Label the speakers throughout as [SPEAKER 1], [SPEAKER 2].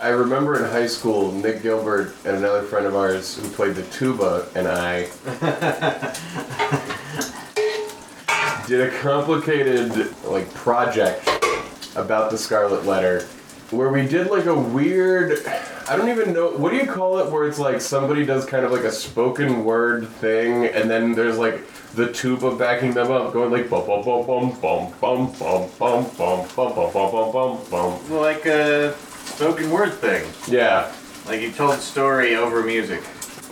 [SPEAKER 1] I remember in high school, Nick Gilbert and another friend of ours who played the tuba and I did a complicated like project about the Scarlet Letter, where we did like a weird. I don't even know what do you call it, where it's like somebody does kind of like a spoken word thing, and then there's like the tuba backing them up, going like bum bum bum bum bum bum bum bum bum bum bum bum bum bum bum.
[SPEAKER 2] Like a spoken word thing.
[SPEAKER 1] Yeah.
[SPEAKER 2] Like you told story over music.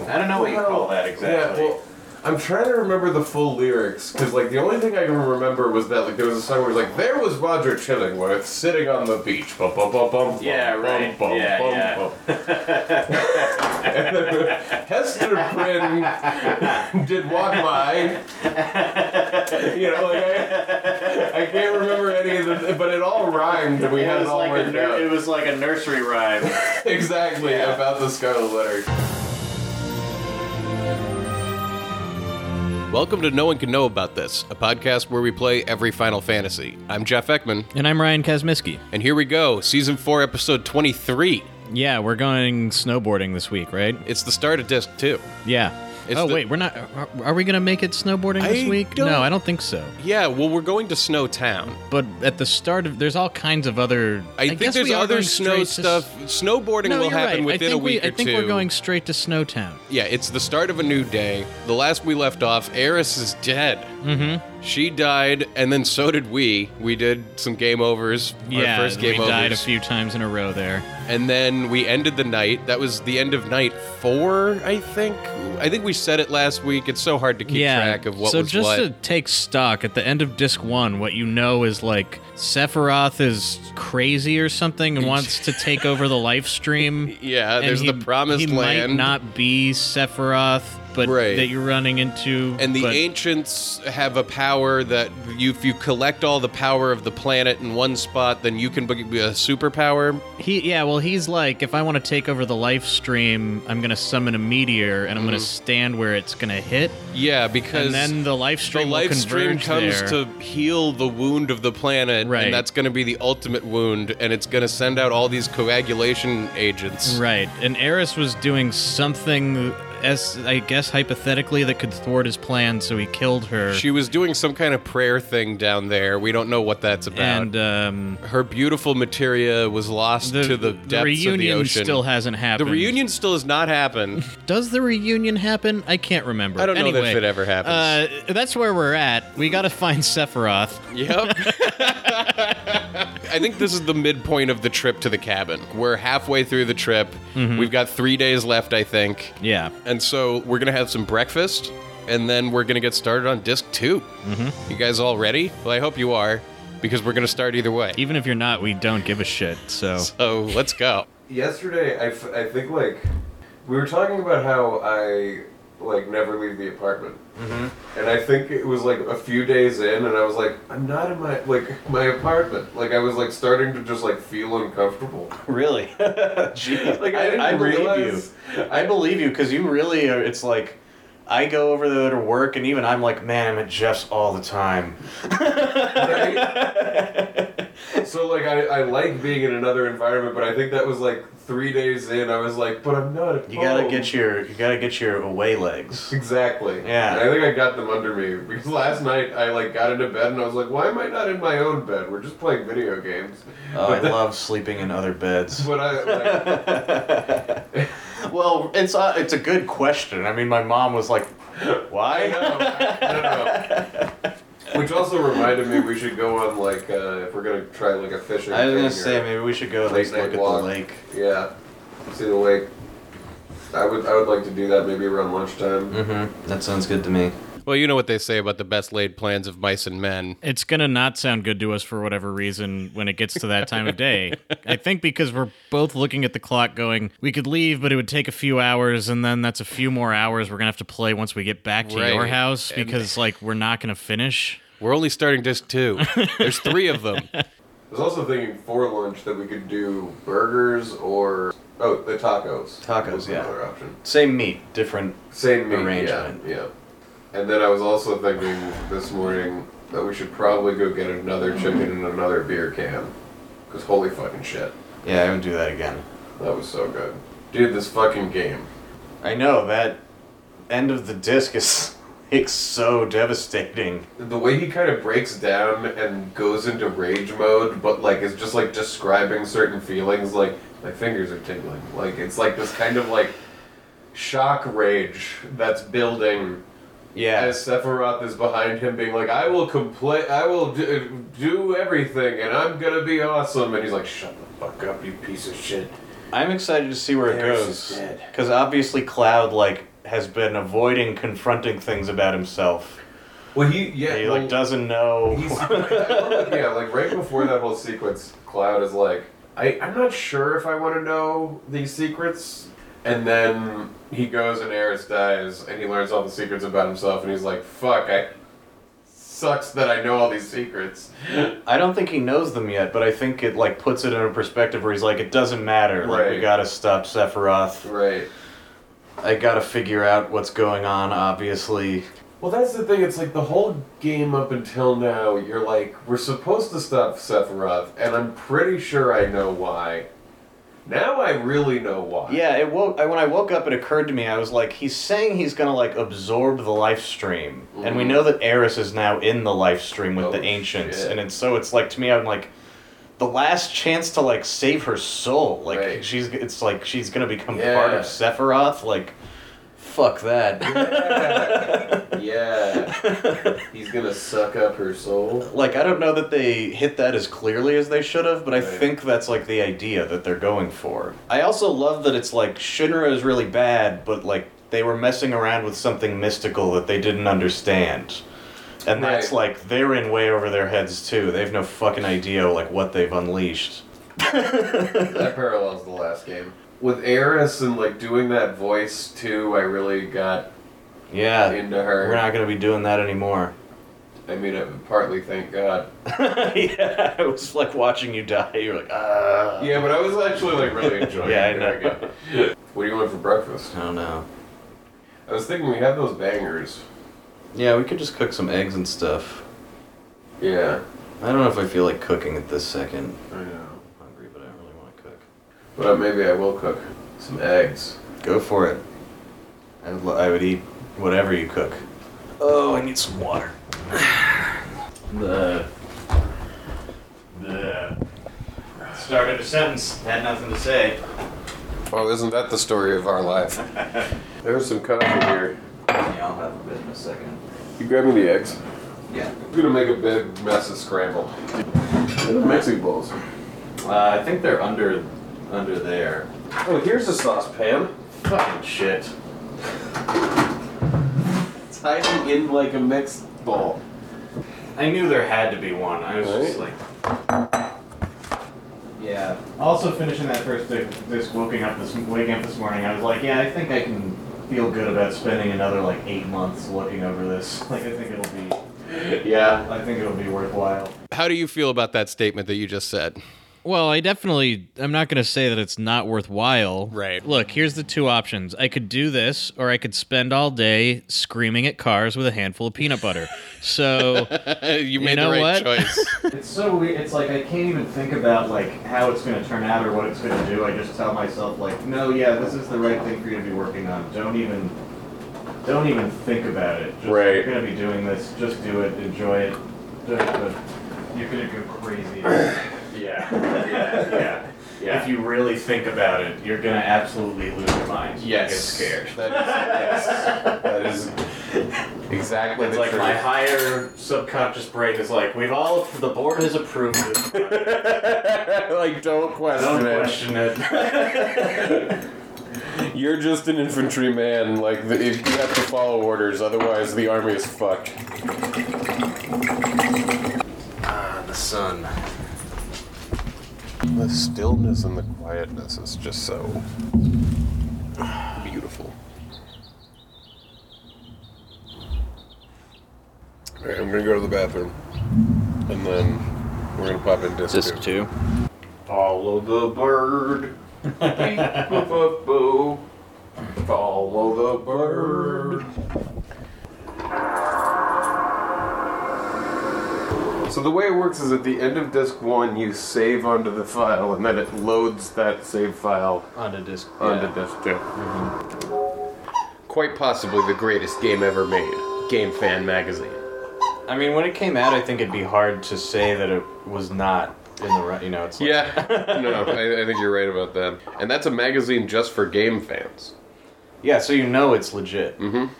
[SPEAKER 2] I don't know what you call that exactly.
[SPEAKER 1] Yeah, well, I'm trying to remember the full lyrics because like the only thing I can remember was that like there was a song where it was like there was Roger Chillingworth sitting on the beach. Bum, bum, bum, bum, bum,
[SPEAKER 2] Yeah, right.
[SPEAKER 1] Bum, bum,
[SPEAKER 2] Yeah,
[SPEAKER 1] bum,
[SPEAKER 2] yeah.
[SPEAKER 1] Bum. and then Hester Prynne did walk by. you know, like I, I can't remember any of the, but it all rhymed. and We
[SPEAKER 2] it,
[SPEAKER 1] had
[SPEAKER 2] was
[SPEAKER 1] it all
[SPEAKER 2] like a
[SPEAKER 1] worked
[SPEAKER 2] nur-
[SPEAKER 1] out
[SPEAKER 2] it was like a nursery rhyme.
[SPEAKER 1] exactly
[SPEAKER 2] Yeah.
[SPEAKER 1] about the Scarlet Letter. Welcome to No One Can Know About This, a podcast where we play every Final Fantasy. I'm Jeff Ekman,
[SPEAKER 3] And I'm Ryan Kazmiski.
[SPEAKER 1] and here we go, Season 4, Episode 23.
[SPEAKER 3] Yeah, we're going snowboarding this week, right?
[SPEAKER 1] It's the start of Disc 2.
[SPEAKER 3] Yeah.
[SPEAKER 1] It's
[SPEAKER 3] oh
[SPEAKER 1] the-
[SPEAKER 3] wait, we're not. Are, are we gonna make it snowboarding this
[SPEAKER 1] I
[SPEAKER 3] week?
[SPEAKER 1] don't-
[SPEAKER 3] No, I don't think so.
[SPEAKER 1] Yeah, well, we're going to Snow Town.
[SPEAKER 3] But at the start of, there's all kinds of other.
[SPEAKER 1] I, think
[SPEAKER 3] guess
[SPEAKER 1] there's
[SPEAKER 3] we are
[SPEAKER 1] other
[SPEAKER 3] going
[SPEAKER 1] snow
[SPEAKER 3] straight to s-
[SPEAKER 1] stuff. Snowboarding
[SPEAKER 3] No,
[SPEAKER 1] will
[SPEAKER 3] you're
[SPEAKER 1] happen
[SPEAKER 3] right.
[SPEAKER 1] within
[SPEAKER 3] I think
[SPEAKER 1] a week
[SPEAKER 3] we,
[SPEAKER 1] or
[SPEAKER 3] I think
[SPEAKER 1] two.
[SPEAKER 3] we're going straight to Snowtown.
[SPEAKER 1] Yeah, it's the start of a new day. The last we left off, Eris is dead. Mm-hmm. She died, and then so did we. We did some game overs.
[SPEAKER 3] yeah,
[SPEAKER 1] our first
[SPEAKER 3] we
[SPEAKER 1] game
[SPEAKER 3] died
[SPEAKER 1] overs.
[SPEAKER 3] a few times in a row there.
[SPEAKER 1] and then we ended the night. That was the end of night four, I think. I think we said it last week. It's so hard to keep
[SPEAKER 3] yeah.
[SPEAKER 1] track of what
[SPEAKER 3] so
[SPEAKER 1] was
[SPEAKER 3] just
[SPEAKER 1] what.
[SPEAKER 3] to take stock at the end of disc one, what you know is like Sephiroth is crazy or something and wants to take over the live stream.
[SPEAKER 1] yeah,
[SPEAKER 3] And
[SPEAKER 1] there's
[SPEAKER 3] he-
[SPEAKER 1] the promised
[SPEAKER 3] he
[SPEAKER 1] land.
[SPEAKER 3] might not be Sephiroth, but
[SPEAKER 1] Right.
[SPEAKER 3] that you're running into.
[SPEAKER 1] and the
[SPEAKER 3] but-
[SPEAKER 1] ancients have a power that you, if you collect all the power of the planet in one spot, then you can be be a superpower.
[SPEAKER 3] he, yeah, well, he's like, if I want to take over the life stream, I'm gonna summon a meteor and I'm gonna stand where it's gonna hit,
[SPEAKER 1] Yeah, Mm-hmm. because
[SPEAKER 3] and then the life stream
[SPEAKER 1] the life
[SPEAKER 3] will
[SPEAKER 1] stream
[SPEAKER 3] converge
[SPEAKER 1] comes
[SPEAKER 3] there.
[SPEAKER 1] to heal the wound of the planet,
[SPEAKER 3] Right.
[SPEAKER 1] and that's going to be the ultimate wound, and it's going to send out all these coagulation agents.
[SPEAKER 3] Right, and Eris was doing something, as I guess hypothetically, that could thwart his plan, so he killed her.
[SPEAKER 1] She was doing some kind of prayer thing down there. We don't know what that's about.
[SPEAKER 3] and um,
[SPEAKER 1] Her beautiful materia was lost
[SPEAKER 3] the,
[SPEAKER 1] to the depths
[SPEAKER 3] reunion
[SPEAKER 1] of the ocean.
[SPEAKER 3] still hasn't
[SPEAKER 1] the
[SPEAKER 3] happened.
[SPEAKER 1] reunion still has not happened.
[SPEAKER 3] Does the reunion happen? I can't remember.
[SPEAKER 1] I don't know
[SPEAKER 3] Anyway,
[SPEAKER 1] if it ever happens.
[SPEAKER 3] Uh, that's where we're at. We gotta find Sephiroth.
[SPEAKER 1] yep. I think this is the midpoint of the trip to the cabin. We're halfway through the trip.
[SPEAKER 3] Mm-hmm.
[SPEAKER 1] We've got three days left, I think.
[SPEAKER 3] Yeah.
[SPEAKER 1] And so we're going to have some breakfast, and then we're going to get started on disc 2 Mm-hmm. You guys all ready? Well, I hope you are, because we're going to start either way.
[SPEAKER 3] Even if you're not, we don't give a shit. So
[SPEAKER 1] So let's go. Yesterday, I, f- I think, like, we were talking about how I, like, never leave the apartment. Mm-hmm. And I think it was, like, a few days in, and I was like, I'm not in my, like, my apartment. Like, I was, like, starting to just, like, feel uncomfortable.
[SPEAKER 2] Really?
[SPEAKER 1] Like, I didn't
[SPEAKER 2] believe
[SPEAKER 1] realize-
[SPEAKER 2] you. I believe you because you really are. It's like I go over there to work, and even I'm like, man, I'm at Jeff's all the time.
[SPEAKER 1] Right? so like I, I like being in another environment, but I think that was like three days in. I was like, but I'm not. At
[SPEAKER 2] You gotta
[SPEAKER 1] home."
[SPEAKER 2] get your you gotta get your away legs.
[SPEAKER 1] Exactly.
[SPEAKER 2] Yeah.
[SPEAKER 1] I think I got them under me because last night I like got into bed and I was like, why am I not in my own bed? We're just playing video games.
[SPEAKER 2] Oh, I love sleeping in other beds.
[SPEAKER 1] But I like,
[SPEAKER 2] Well, it's a, it's a good question. I mean, my mom was like,
[SPEAKER 1] I
[SPEAKER 2] why?
[SPEAKER 1] know. I don't know. Which also reminded me we should go on like uh, if we're gonna try like a fishing.
[SPEAKER 2] I was
[SPEAKER 1] thing
[SPEAKER 2] gonna say
[SPEAKER 1] or-
[SPEAKER 2] maybe we should go at
[SPEAKER 1] Late
[SPEAKER 2] least
[SPEAKER 1] night
[SPEAKER 2] look at
[SPEAKER 1] walk.
[SPEAKER 2] the lake.
[SPEAKER 1] Yeah. See the lake. I would I would like to do that maybe around lunchtime.
[SPEAKER 2] Mm-hmm. That sounds good to me.
[SPEAKER 4] Well, you know what they say about the best laid plans of mice and men.
[SPEAKER 3] it's gonna not sound good to us for whatever reason when it gets to that time of day. I think because we're both looking at the clock, going, we could leave, but it would take a few hours, and then that's a few more hours we're gonna have to play once we get back to
[SPEAKER 4] Right.
[SPEAKER 3] your house
[SPEAKER 4] And-
[SPEAKER 3] because like we're not gonna finish.
[SPEAKER 4] We're only starting disc two. There's three of them.
[SPEAKER 1] I was also thinking for lunch that we could do burgers or oh the tacos.
[SPEAKER 2] Tacos,
[SPEAKER 1] was
[SPEAKER 2] yeah.
[SPEAKER 1] Another option.
[SPEAKER 2] Same meat, different.
[SPEAKER 1] Same meat.
[SPEAKER 2] Arrangement.
[SPEAKER 1] Yeah. Yeah. And then I was also thinking this morning that we should probably go get another chicken and another beer can. Cause holy fucking shit.
[SPEAKER 2] Yeah, I would do that again.
[SPEAKER 1] That was so good. Dude, this fucking game.
[SPEAKER 5] I
[SPEAKER 3] Oh,
[SPEAKER 5] know that end of the disc is it's so devastating.
[SPEAKER 1] The way he kind of breaks down and goes into rage mode, but like is just like describing certain feelings, like my fingers are tingling. Like it's like this kind of like shock rage that's building
[SPEAKER 5] Yeah.
[SPEAKER 1] as Sephiroth is behind him, being like, "I will complain, I will do, do everything, and I'm gonna be awesome," and he's like, "Shut the fuck up, you piece of shit."
[SPEAKER 5] I'm excited to see where it
[SPEAKER 1] There's
[SPEAKER 5] goes.
[SPEAKER 1] his dead.
[SPEAKER 5] Because obviously Cloud like has been avoiding confronting things about himself.
[SPEAKER 1] Well, he yeah,
[SPEAKER 5] He
[SPEAKER 1] well,
[SPEAKER 5] like doesn't know
[SPEAKER 1] He's, yeah, like right before that whole sequence, Cloud is like, I, I'm not sure if I want to know these secrets. And then he goes and Eris dies, and he learns all the secrets about himself, and he's like, fuck, I. Sucks that I know all these secrets.
[SPEAKER 5] I don't think he knows them yet, but I think it like puts it in a perspective where he's like, it doesn't matter. Like we
[SPEAKER 1] Right.
[SPEAKER 5] gotta stop Sephiroth.
[SPEAKER 1] Right.
[SPEAKER 5] I gotta figure out what's going on. Obviously,
[SPEAKER 1] Well, that's the thing. It's like the whole game up until now, you're like, we're supposed to stop Sephiroth, and I'm pretty sure I know why. Now I really know why.
[SPEAKER 5] yeah. It woke I, when I woke up. It occurred to me. I was like, he's saying he's gonna like absorb the life stream, and we
[SPEAKER 1] Mhm.
[SPEAKER 5] know that Eris is now in the life stream with
[SPEAKER 1] Oh,
[SPEAKER 5] the ancients,
[SPEAKER 1] shit.
[SPEAKER 5] and it's so it's like to me, I'm like. The last chance to like save her soul, like
[SPEAKER 1] Right.
[SPEAKER 5] she's it's like she's gonna become part
[SPEAKER 1] Yeah.
[SPEAKER 5] of Sephiroth, like, fuck that.
[SPEAKER 1] Yeah. He's gonna suck up her soul.
[SPEAKER 5] like I don't know that they hit that as clearly as they should have, but I
[SPEAKER 1] Right.
[SPEAKER 5] think that's like the idea that they're going for. I also love that it's like Shinra is really bad, but like they were messing around with something mystical that they didn't understand. And that's
[SPEAKER 1] Right.
[SPEAKER 5] like they're in way over their heads too. They have no fucking idea like what they've unleashed.
[SPEAKER 1] That parallels the last game. With Eris and like doing that voice too, I really got
[SPEAKER 5] Yeah.
[SPEAKER 1] into
[SPEAKER 5] We're
[SPEAKER 1] her.
[SPEAKER 5] not gonna be doing that anymore.
[SPEAKER 1] I mean, I partly thank God.
[SPEAKER 5] yeah, I was like watching you die. You're like, ah.
[SPEAKER 1] Yeah, but I was actually like really enjoying
[SPEAKER 5] Yeah, I
[SPEAKER 1] it.
[SPEAKER 5] know.
[SPEAKER 1] know. What do you want for breakfast?
[SPEAKER 5] I don't know.
[SPEAKER 1] I was thinking we had those bangers.
[SPEAKER 5] Yeah, we could just cook some eggs and stuff.
[SPEAKER 1] Yeah,
[SPEAKER 5] I don't know if I feel like cooking at this second.
[SPEAKER 1] I know.
[SPEAKER 5] I'm hungry, but I don't really want to cook.
[SPEAKER 1] But uh, maybe I will cook some eggs.
[SPEAKER 5] Go for it. I would, lo- I would eat whatever you cook. Oh, I need some water. the. The. Started a sentence, had nothing to say.
[SPEAKER 1] Oh, isn't that the story of our life? There's some coffee here.
[SPEAKER 6] Yeah, I'll have a bit in a second.
[SPEAKER 1] You grab me the eggs.
[SPEAKER 6] Yeah.
[SPEAKER 1] I'm gonna make a big mess of scramble. Mixing bowls.
[SPEAKER 6] Uh, I think they're under under there.
[SPEAKER 1] Oh, here's the saucepan.
[SPEAKER 6] Fucking shit.
[SPEAKER 1] It's hiding in like a mixed bowl.
[SPEAKER 5] I knew there had to be one. I was just
[SPEAKER 1] Right?
[SPEAKER 5] like.
[SPEAKER 6] Yeah.
[SPEAKER 3] Also, finishing that first disc, disc waking up this waking up this morning, I was like, yeah, I think I can feel good about spending another like eight months looking over this. Like, I think it'll be,
[SPEAKER 1] Yeah.
[SPEAKER 3] I think it'll be worthwhile.
[SPEAKER 7] How do you feel about that statement that you just said?
[SPEAKER 3] Well, I definitely I'm not going to say that it's not worthwhile.
[SPEAKER 7] Right.
[SPEAKER 3] Look, here's the two options. I could do this or I could spend all day screaming at cars with a handful of peanut butter. So,
[SPEAKER 7] you made
[SPEAKER 3] know
[SPEAKER 7] the right
[SPEAKER 3] what?
[SPEAKER 7] choice.
[SPEAKER 3] it's so weird. It's like I can't even think about like how it's going to turn out or what it's going to do. I just tell myself like, "No, yeah, this is the right thing for you to be working on. Don't even don't even think about it. Just, You're
[SPEAKER 1] Right.
[SPEAKER 3] going to be doing this. Just do it. Enjoy it. Just, but you're going to go crazy."
[SPEAKER 5] Yeah, yeah, yeah.
[SPEAKER 1] Yeah.
[SPEAKER 5] If you really think about it, you're gonna absolutely lose your mind.
[SPEAKER 1] Yes.
[SPEAKER 5] Get scared.
[SPEAKER 1] That is, yes. That is exactly
[SPEAKER 5] It's
[SPEAKER 1] the
[SPEAKER 5] like
[SPEAKER 1] truth.
[SPEAKER 5] my higher subconscious brain is like, we've all the board has approved this. project.
[SPEAKER 1] like, don't question
[SPEAKER 5] Don't
[SPEAKER 1] it.
[SPEAKER 5] question it.
[SPEAKER 1] You're just an infantryman. Like, the, if you have to follow orders, otherwise the army is fucked.
[SPEAKER 5] ah, the sun.
[SPEAKER 1] The stillness and the quietness is just so beautiful. All right, I'm gonna go to the bathroom, and then we're gonna pop in disc, two.
[SPEAKER 7] too.
[SPEAKER 1] Follow the bird. Boo-boo-boo. Follow the bird.
[SPEAKER 8] So the way it works is at the end of disk one, you save onto the file, and then it loads that save file
[SPEAKER 5] on a disc.
[SPEAKER 8] onto
[SPEAKER 5] yeah.
[SPEAKER 8] disk two.
[SPEAKER 1] Mm-hmm. Quite possibly the greatest game ever made. Game Fan Magazine.
[SPEAKER 5] I mean, when it came out, I think it'd be hard to say that it was not in the right. You know, it's like,
[SPEAKER 1] Yeah, no, I, I think you're right about that. And that's a magazine just for game fans.
[SPEAKER 5] yeah. So you know it's legit.
[SPEAKER 1] An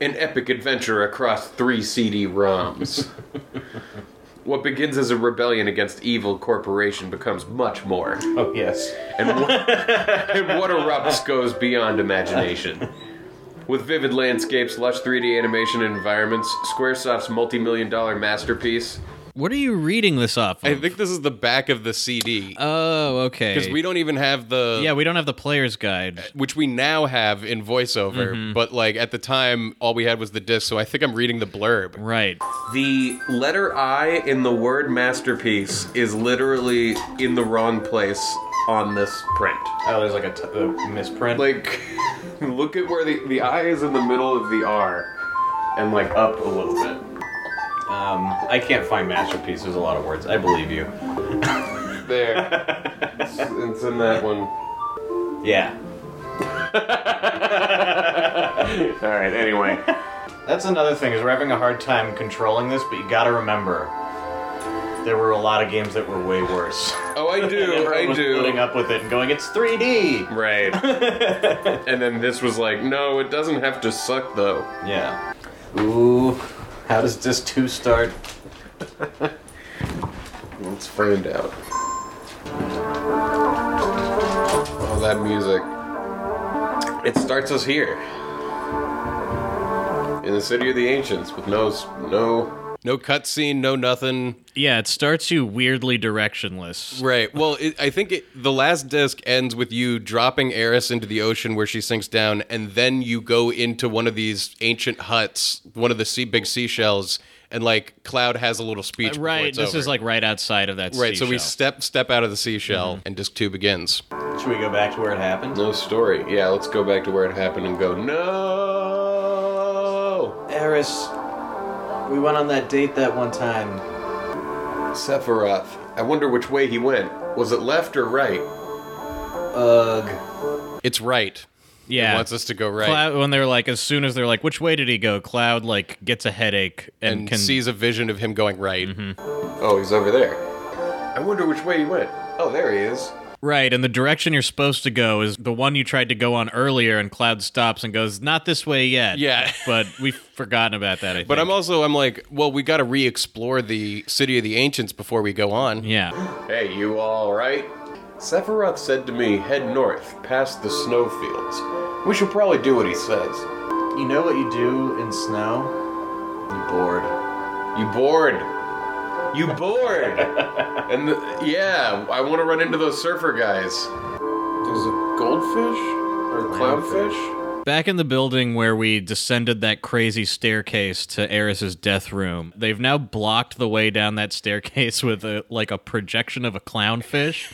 [SPEAKER 1] epic adventure across three CD ROMs. what begins as a rebellion against evil corporation becomes much more.
[SPEAKER 5] Oh yes.
[SPEAKER 1] And what, and what erupts goes beyond imagination. With vivid landscapes, lush 3D animation environments, Squaresoft's multi million dollar masterpiece.
[SPEAKER 3] What are you reading this off?
[SPEAKER 1] I
[SPEAKER 3] of?
[SPEAKER 1] think this is the back of the CD.
[SPEAKER 3] oh, okay.
[SPEAKER 1] Because we don't even have the.
[SPEAKER 3] yeah, we don't have the player's guide.
[SPEAKER 1] which we now have in voiceover,
[SPEAKER 5] Mm-hmm.
[SPEAKER 1] but like at the time, all we had was the disc. So I think I'm reading the blurb.
[SPEAKER 3] Right.
[SPEAKER 5] Oh,
[SPEAKER 1] The letter I in the word masterpiece is literally in the wrong place on this print.
[SPEAKER 5] Oh, there's like a t- a misprint.
[SPEAKER 8] Like, look at where the the I is in the middle of the R, and like up a little bit.
[SPEAKER 5] um, I can't find masterpiece. There's a lot of words. I believe you.
[SPEAKER 8] There, it's, it's in that one.
[SPEAKER 5] Yeah.
[SPEAKER 8] All right. Anyway,
[SPEAKER 5] That's another thing is we're having a hard time controlling this, but you gotta remember, there were a lot of games that were way worse.
[SPEAKER 1] Oh, I
[SPEAKER 5] And
[SPEAKER 1] do,
[SPEAKER 5] everyone
[SPEAKER 1] I
[SPEAKER 5] was putting
[SPEAKER 1] do.
[SPEAKER 5] up with it and going, it's 3D.
[SPEAKER 1] Right. and then this was like, no, it doesn't have to suck though.
[SPEAKER 5] Yeah. Ooh, how does disc two start?
[SPEAKER 1] It's framed out. Oh, that music. It starts us here. In the city of the ancients with no no no cutscene, no nothing.
[SPEAKER 3] Yeah, it starts you weirdly directionless.
[SPEAKER 1] Right. Well, it, I think it, the last disc ends with you dropping Eris into the ocean where she sinks down, and then you go into one of these ancient huts, one of the sea, big seashells, and like Cloud has a little speech. before
[SPEAKER 3] Right.
[SPEAKER 1] it's
[SPEAKER 3] This is
[SPEAKER 1] over.
[SPEAKER 3] like right outside of that.
[SPEAKER 1] right. So we
[SPEAKER 3] seashell. Mm-hmm.
[SPEAKER 1] step step out of the seashell, and disc two begins.
[SPEAKER 5] Should we go back to where it happened?
[SPEAKER 1] No story. Yeah, let's go back to where it happened and go, no!
[SPEAKER 5] Eris, we went on that date that one time.
[SPEAKER 1] Sephiroth. I wonder which way he went. Was it left or right?
[SPEAKER 5] Ugh.
[SPEAKER 1] It's right.
[SPEAKER 3] yeah.
[SPEAKER 1] It wants us to go right.
[SPEAKER 3] Cloud, when they're like, as soon as they're like, which way did he go? Cloud like gets a headache and,
[SPEAKER 1] and
[SPEAKER 3] can Mm-hmm.
[SPEAKER 1] sees a vision of him going right.
[SPEAKER 8] oh, he's over there. I wonder which way he went. Oh, there he is.
[SPEAKER 3] right. And the direction you're supposed to go is the one you tried to go on earlier, and Cloud stops and goes, "Not this way yet."
[SPEAKER 1] Yeah.
[SPEAKER 3] but we've forgotten about that. I think.
[SPEAKER 1] But I'm also, I'm like, well, we got to re explore the City of the Ancients before we go on.
[SPEAKER 3] yeah.
[SPEAKER 8] Hey, you all right? Sephiroth said to me, head north, past the snowfields. We should probably do what he says.
[SPEAKER 5] You know what you do in snow? You bored.
[SPEAKER 8] You bored? You bored? and the, yeah, I want to run into those surfer guys. There's a goldfish? Or clownfish?
[SPEAKER 3] Back in the building where we descended that crazy staircase to Eris's death room, they've now blocked the way down that staircase with a, like a projection of a clownfish.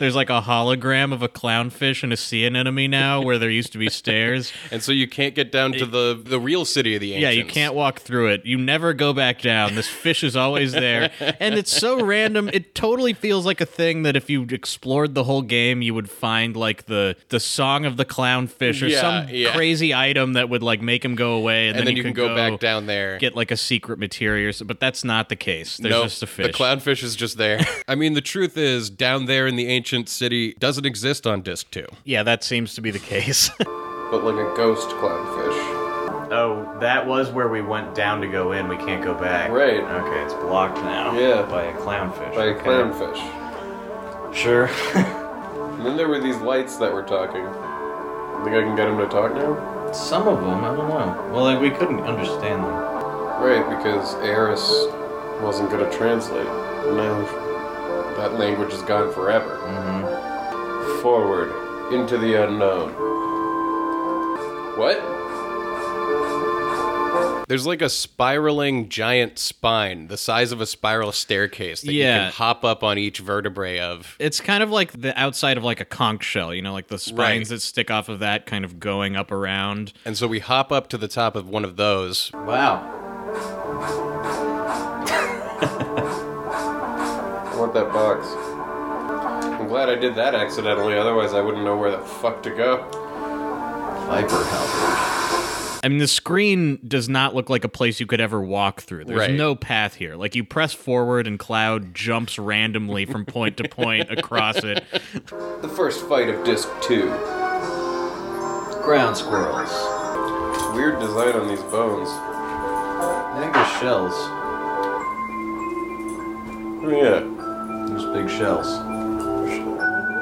[SPEAKER 3] There's like a hologram of a clownfish and a sea anemone now, where there used to be stairs.
[SPEAKER 1] And so you can't get down to the, the real City of the
[SPEAKER 3] Yeah,
[SPEAKER 1] Ancients.
[SPEAKER 3] you can't walk through it. You never go back down. This fish is always there. And it's so random. It totally feels like a thing that if you explored the whole game, you would find like the the song of the clownfish or
[SPEAKER 1] Yeah,
[SPEAKER 3] some
[SPEAKER 1] yeah.
[SPEAKER 3] crazy item that would like make him go away and,
[SPEAKER 1] And then, you
[SPEAKER 3] could
[SPEAKER 1] can go, back down there.
[SPEAKER 3] Get like a secret material, or so- but that's not the case. There's
[SPEAKER 1] No,
[SPEAKER 3] just a fish.
[SPEAKER 1] The clownfish is just there. I mean, the truth is, down there in the ancient city doesn't exist on disc two.
[SPEAKER 3] yeah, that seems to be the case.
[SPEAKER 8] But like a ghost clownfish.
[SPEAKER 5] Oh, that was where we went down to go in. We can't go back.
[SPEAKER 8] Right.
[SPEAKER 5] Okay, it's blocked now.
[SPEAKER 8] Yeah.
[SPEAKER 5] By a clownfish.
[SPEAKER 8] By a
[SPEAKER 5] Okay.
[SPEAKER 8] clownfish.
[SPEAKER 5] Sure.
[SPEAKER 8] And then there were these lights that were talking. Think I can get him to talk now?
[SPEAKER 5] Some of them, I don't know. Well, like, we couldn't understand them.
[SPEAKER 8] Right, because Eris wasn't going to translate. No. That language is gone forever.
[SPEAKER 1] Mm-hmm.
[SPEAKER 8] Forward, into the unknown. What?
[SPEAKER 1] There's like a spiraling giant spine, the size of a spiral staircase that you
[SPEAKER 3] Yeah.
[SPEAKER 1] can hop up on each vertebrae of.
[SPEAKER 3] it's kind of like the outside of like a conch shell, you know, like the spines
[SPEAKER 1] Right.
[SPEAKER 3] that stick off of that kind of going up around.
[SPEAKER 1] And so we hop up to the top of one of those.
[SPEAKER 5] Wow.
[SPEAKER 1] that box. I'm glad I did that accidentally, otherwise I wouldn't know where the fuck to go.
[SPEAKER 5] Viper helper.
[SPEAKER 3] I mean, the screen does not look like a place you could ever walk through. There's
[SPEAKER 1] Right.
[SPEAKER 3] no path here. Like you press forward, and Cloud jumps randomly from point to point across it.
[SPEAKER 1] The first fight of disc two.
[SPEAKER 5] Ground squirrels.
[SPEAKER 1] Weird design on these bones.
[SPEAKER 5] I think they're shells.
[SPEAKER 1] Oh yeah.
[SPEAKER 5] There's big shells.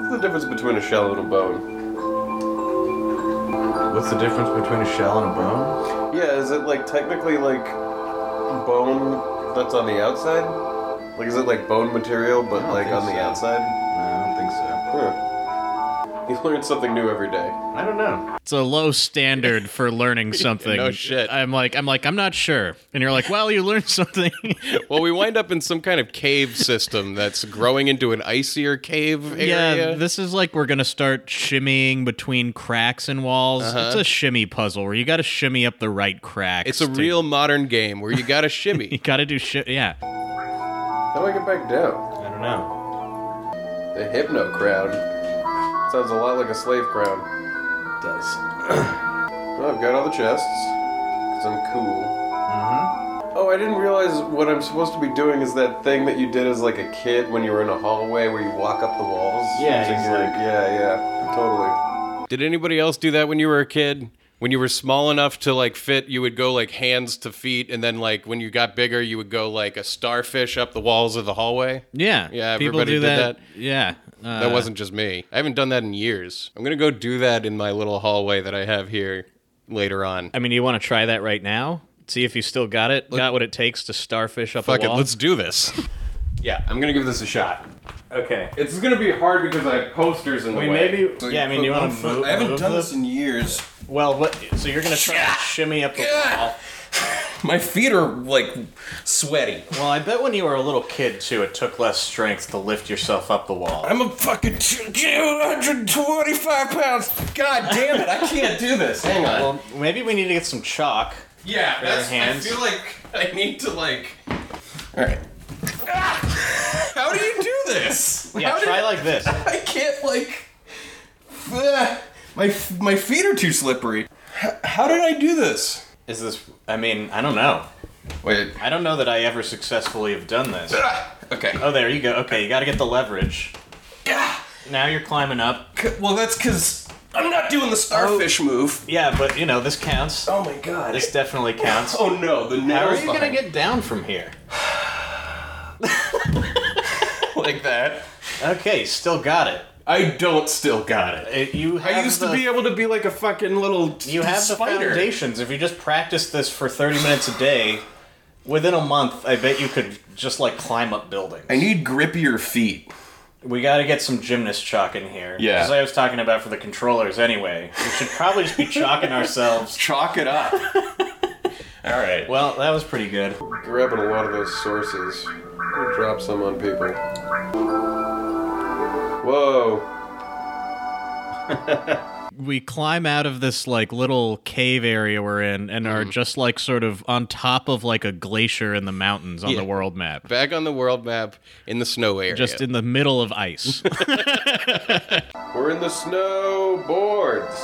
[SPEAKER 1] What's the difference between a shell and a bone?
[SPEAKER 5] What's the difference between a shell and a bone?
[SPEAKER 1] Yeah, is it like technically like bone that's on the outside? Like is it like bone material but
[SPEAKER 5] don't
[SPEAKER 1] like
[SPEAKER 5] think
[SPEAKER 1] on the
[SPEAKER 5] so.
[SPEAKER 1] outside?
[SPEAKER 5] No, I don't think so.
[SPEAKER 1] Huh. You learn something new every day.
[SPEAKER 5] I don't know.
[SPEAKER 3] It's a low standard for learning something.
[SPEAKER 1] No shit.
[SPEAKER 3] I'm like, I'm like, I'm not sure. And you're like, well, you learned something.
[SPEAKER 1] Well, we wind up in some kind of cave system that's growing into an icier cave
[SPEAKER 3] yeah, this is like we're gonna start shimmying between cracks in walls.
[SPEAKER 1] Uh-huh.
[SPEAKER 3] It's a shimmy puzzle where you got to shimmy up the right cracks.
[SPEAKER 1] it's a
[SPEAKER 3] to-
[SPEAKER 1] real modern game where you gotta
[SPEAKER 3] You
[SPEAKER 1] shimmy.
[SPEAKER 3] got to do shit. Yeah,
[SPEAKER 1] How do I get back down?
[SPEAKER 5] I don't know.
[SPEAKER 1] The hypno crowd. Sounds a lot like a slave crowd.
[SPEAKER 5] It does.
[SPEAKER 1] Well, Oh, I've got all the chests. Cause I'm cool. Mm-hmm. Oh, I didn't realize what I'm supposed to be doing is that thing that you did as like a kid when you were in a hallway where you walk up the walls.
[SPEAKER 5] Yeah,
[SPEAKER 1] It's just
[SPEAKER 5] you're
[SPEAKER 1] like
[SPEAKER 5] like-
[SPEAKER 1] yeah, yeah, totally. Did anybody else do that when you were a kid? When you were small enough to like fit, you would go like hands to feet, and then like when you got bigger, you would go like a starfish up the walls of the hallway.
[SPEAKER 3] yeah,
[SPEAKER 1] Yeah,
[SPEAKER 3] People
[SPEAKER 1] everybody
[SPEAKER 3] do
[SPEAKER 1] did
[SPEAKER 3] that. Yeah, uh,
[SPEAKER 1] That wasn't just me. I haven't done that in years. I'm gonna go do that in my little hallway that I have here later on.
[SPEAKER 3] I mean, you want to try that right now? See if you still got it. got what it takes to starfish up
[SPEAKER 1] Fuck
[SPEAKER 3] a
[SPEAKER 1] it,
[SPEAKER 3] wall.
[SPEAKER 1] let's do this. yeah, I'm gonna give this a shot.
[SPEAKER 3] okay.
[SPEAKER 1] It's gonna be hard because I have posters in the
[SPEAKER 3] We maybe. Yeah, I mean, do you want to move? move the-
[SPEAKER 1] in years.
[SPEAKER 3] Well, what, so you're gonna try to shimmy up the wall.
[SPEAKER 1] My feet are like sweaty.
[SPEAKER 3] Well, I bet when you were a little kid too, it took less strength to lift yourself up the wall.
[SPEAKER 1] I'm a fucking 225 pounds. God damn it, I can't do this. Hang on.
[SPEAKER 3] Well, maybe we need to get some chalk.
[SPEAKER 1] yeah, that's.
[SPEAKER 3] hands.
[SPEAKER 1] I feel like I need to like. All right. How do you do this?
[SPEAKER 3] Yeah,
[SPEAKER 1] How
[SPEAKER 3] try
[SPEAKER 1] did-
[SPEAKER 3] like this.
[SPEAKER 1] I can't like. Ugh. my my feet are too slippery. H- how did I do this?
[SPEAKER 3] Is this? I mean, I don't know.
[SPEAKER 1] Wait.
[SPEAKER 3] I don't know that I ever successfully have done this.
[SPEAKER 1] Ah, Okay.
[SPEAKER 3] Oh, there you go. Okay, you got to get the leverage.
[SPEAKER 1] Ah,
[SPEAKER 3] Now you're climbing up.
[SPEAKER 1] c- Well, that's because I'm not doing the
[SPEAKER 3] Oh.
[SPEAKER 1] starfish move.
[SPEAKER 3] Yeah, but you know this counts.
[SPEAKER 1] Oh my god.
[SPEAKER 3] This definitely counts.
[SPEAKER 1] oh no, the
[SPEAKER 3] How
[SPEAKER 1] nails.
[SPEAKER 3] are you gonna
[SPEAKER 1] behind-
[SPEAKER 3] get down from here?
[SPEAKER 1] like that?
[SPEAKER 3] Okay, still got it.
[SPEAKER 1] I don't. Still got it.
[SPEAKER 3] It- You have
[SPEAKER 1] I used
[SPEAKER 3] the,
[SPEAKER 1] to be able to be like a fucking little.
[SPEAKER 3] You have the
[SPEAKER 1] spider.
[SPEAKER 3] foundations. If you just practice this for 30 minutes a day, within a month, I bet you could just like climb up buildings.
[SPEAKER 1] I need grippier feet.
[SPEAKER 3] we got to get some gymnast chalk in here.
[SPEAKER 1] Yeah.
[SPEAKER 3] As I was talking about for the controllers anyway. We should probably just be chalking ourselves.
[SPEAKER 1] Chalk it up. All right.
[SPEAKER 3] Well, that was pretty good.
[SPEAKER 1] grabbing a lot of those sources. I'll drop some on people. Whoa.
[SPEAKER 3] we climb out of this like little cave area we're in and
[SPEAKER 1] Mm-hmm.
[SPEAKER 3] are just like sort of on top of like a glacier in the mountains on
[SPEAKER 1] Yeah.
[SPEAKER 3] the world map.
[SPEAKER 1] Back on the world map in the snow area.
[SPEAKER 3] Just in the middle of ice.
[SPEAKER 1] we're in the snow boards.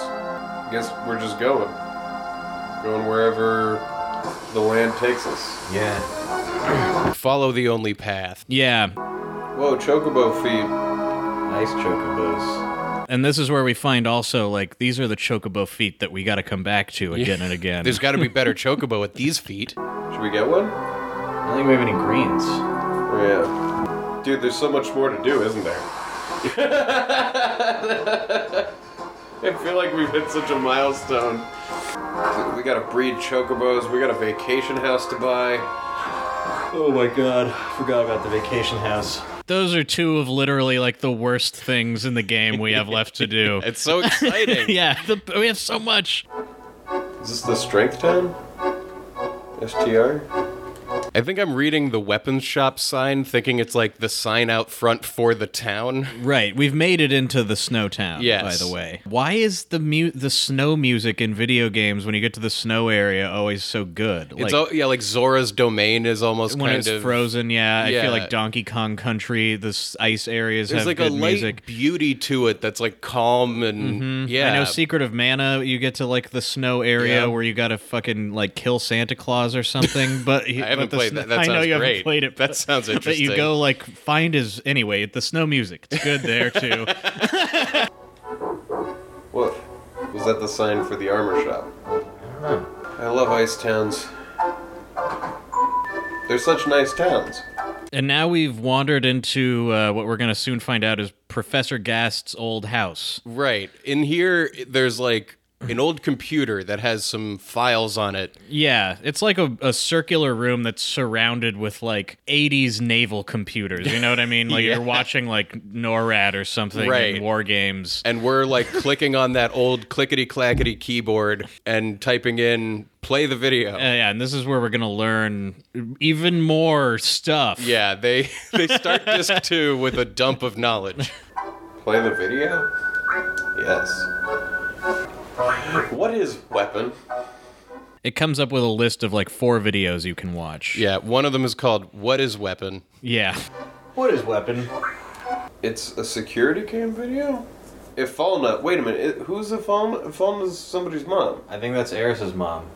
[SPEAKER 1] Guess we're just going. Going wherever the land takes us.
[SPEAKER 5] Yeah.
[SPEAKER 1] Follow the only path.
[SPEAKER 3] yeah.
[SPEAKER 1] Whoa, chocobo feet.
[SPEAKER 5] Nice chocobos.
[SPEAKER 3] And this is where we find also like these are the chocobo feet that we got to come back to again and again.
[SPEAKER 1] There's got to be better chocobo at these feet. Should we get one? Oh,
[SPEAKER 5] I don't think we have any greens.
[SPEAKER 1] Yeah. Dude, there's so much more to do, isn't there? I feel like we've hit such a milestone. We gotta breed chocobos, we got a vacation house to buy.
[SPEAKER 5] Oh my god, forgot about the vacation house.
[SPEAKER 3] Those are two of literally like the worst things in the game we have left to do.
[SPEAKER 1] It's so exciting!
[SPEAKER 3] yeah, the, we have so much.
[SPEAKER 1] Is this the strength town? STR?
[SPEAKER 4] I think I'm reading the weapons shop sign, thinking it's like the sign out front for the town.
[SPEAKER 3] Right, we've made it into the snow town.
[SPEAKER 4] Yes.
[SPEAKER 3] By the way, why is the mu- the snow music in video games when you get to the snow area always so good? Like
[SPEAKER 4] it's all, yeah, like Zora's domain is almost
[SPEAKER 3] when
[SPEAKER 4] kind
[SPEAKER 3] it's
[SPEAKER 4] of
[SPEAKER 3] frozen, yeah, I
[SPEAKER 4] Yeah.
[SPEAKER 3] feel like Donkey Kong Country, this ice areas
[SPEAKER 4] There's
[SPEAKER 3] have
[SPEAKER 4] like a
[SPEAKER 3] good
[SPEAKER 4] light
[SPEAKER 3] music. Mm-hmm.
[SPEAKER 4] beauty to it that's like calm and yeah.
[SPEAKER 3] I know Secret of Mana, you get to like the snow area
[SPEAKER 4] Yeah.
[SPEAKER 3] where you gotta fucking like kill Santa Claus or something. But
[SPEAKER 4] I haven't
[SPEAKER 3] but the
[SPEAKER 4] played
[SPEAKER 3] snow-
[SPEAKER 4] that. That
[SPEAKER 3] I know
[SPEAKER 4] sounds
[SPEAKER 3] you haven't
[SPEAKER 4] great.
[SPEAKER 3] played it.
[SPEAKER 4] That
[SPEAKER 3] but-
[SPEAKER 4] sounds
[SPEAKER 3] But you
[SPEAKER 4] interesting.
[SPEAKER 3] go like find his anyway. The snow music, it's good there too.
[SPEAKER 1] What? Was that the sign for the armor shop? I love ice towns. They're such nice towns.
[SPEAKER 3] and now we've wandered into uh, what we're gonna soon find out is Professor Gast's old house.
[SPEAKER 4] Right. In here, there's like an old computer that has some files on it.
[SPEAKER 3] Yeah, it's like a, a circular room that's surrounded with like 80s naval computers. You know what I mean? Like you're watching like NORAD or something
[SPEAKER 4] Right.
[SPEAKER 3] in war games. Uh,
[SPEAKER 4] And we're like clicking on that old clickety clackety keyboard and typing in play the video.
[SPEAKER 3] Uh, yeah, and this is where we're gonna learn even more stuff.
[SPEAKER 4] yeah, they they start disc two with a dump of knowledge.
[SPEAKER 1] Play the video? Yes. What is weapon?
[SPEAKER 3] It comes up with a list of like four videos you can watch.
[SPEAKER 4] Yeah, one of them is called "What Is Weapon."
[SPEAKER 3] Yeah.
[SPEAKER 2] What is weapon?
[SPEAKER 1] It's a security cam video? If Falna, wait a minute, it, who's the Falna? Falna's somebody's mom.
[SPEAKER 2] I think that's Eris's mom.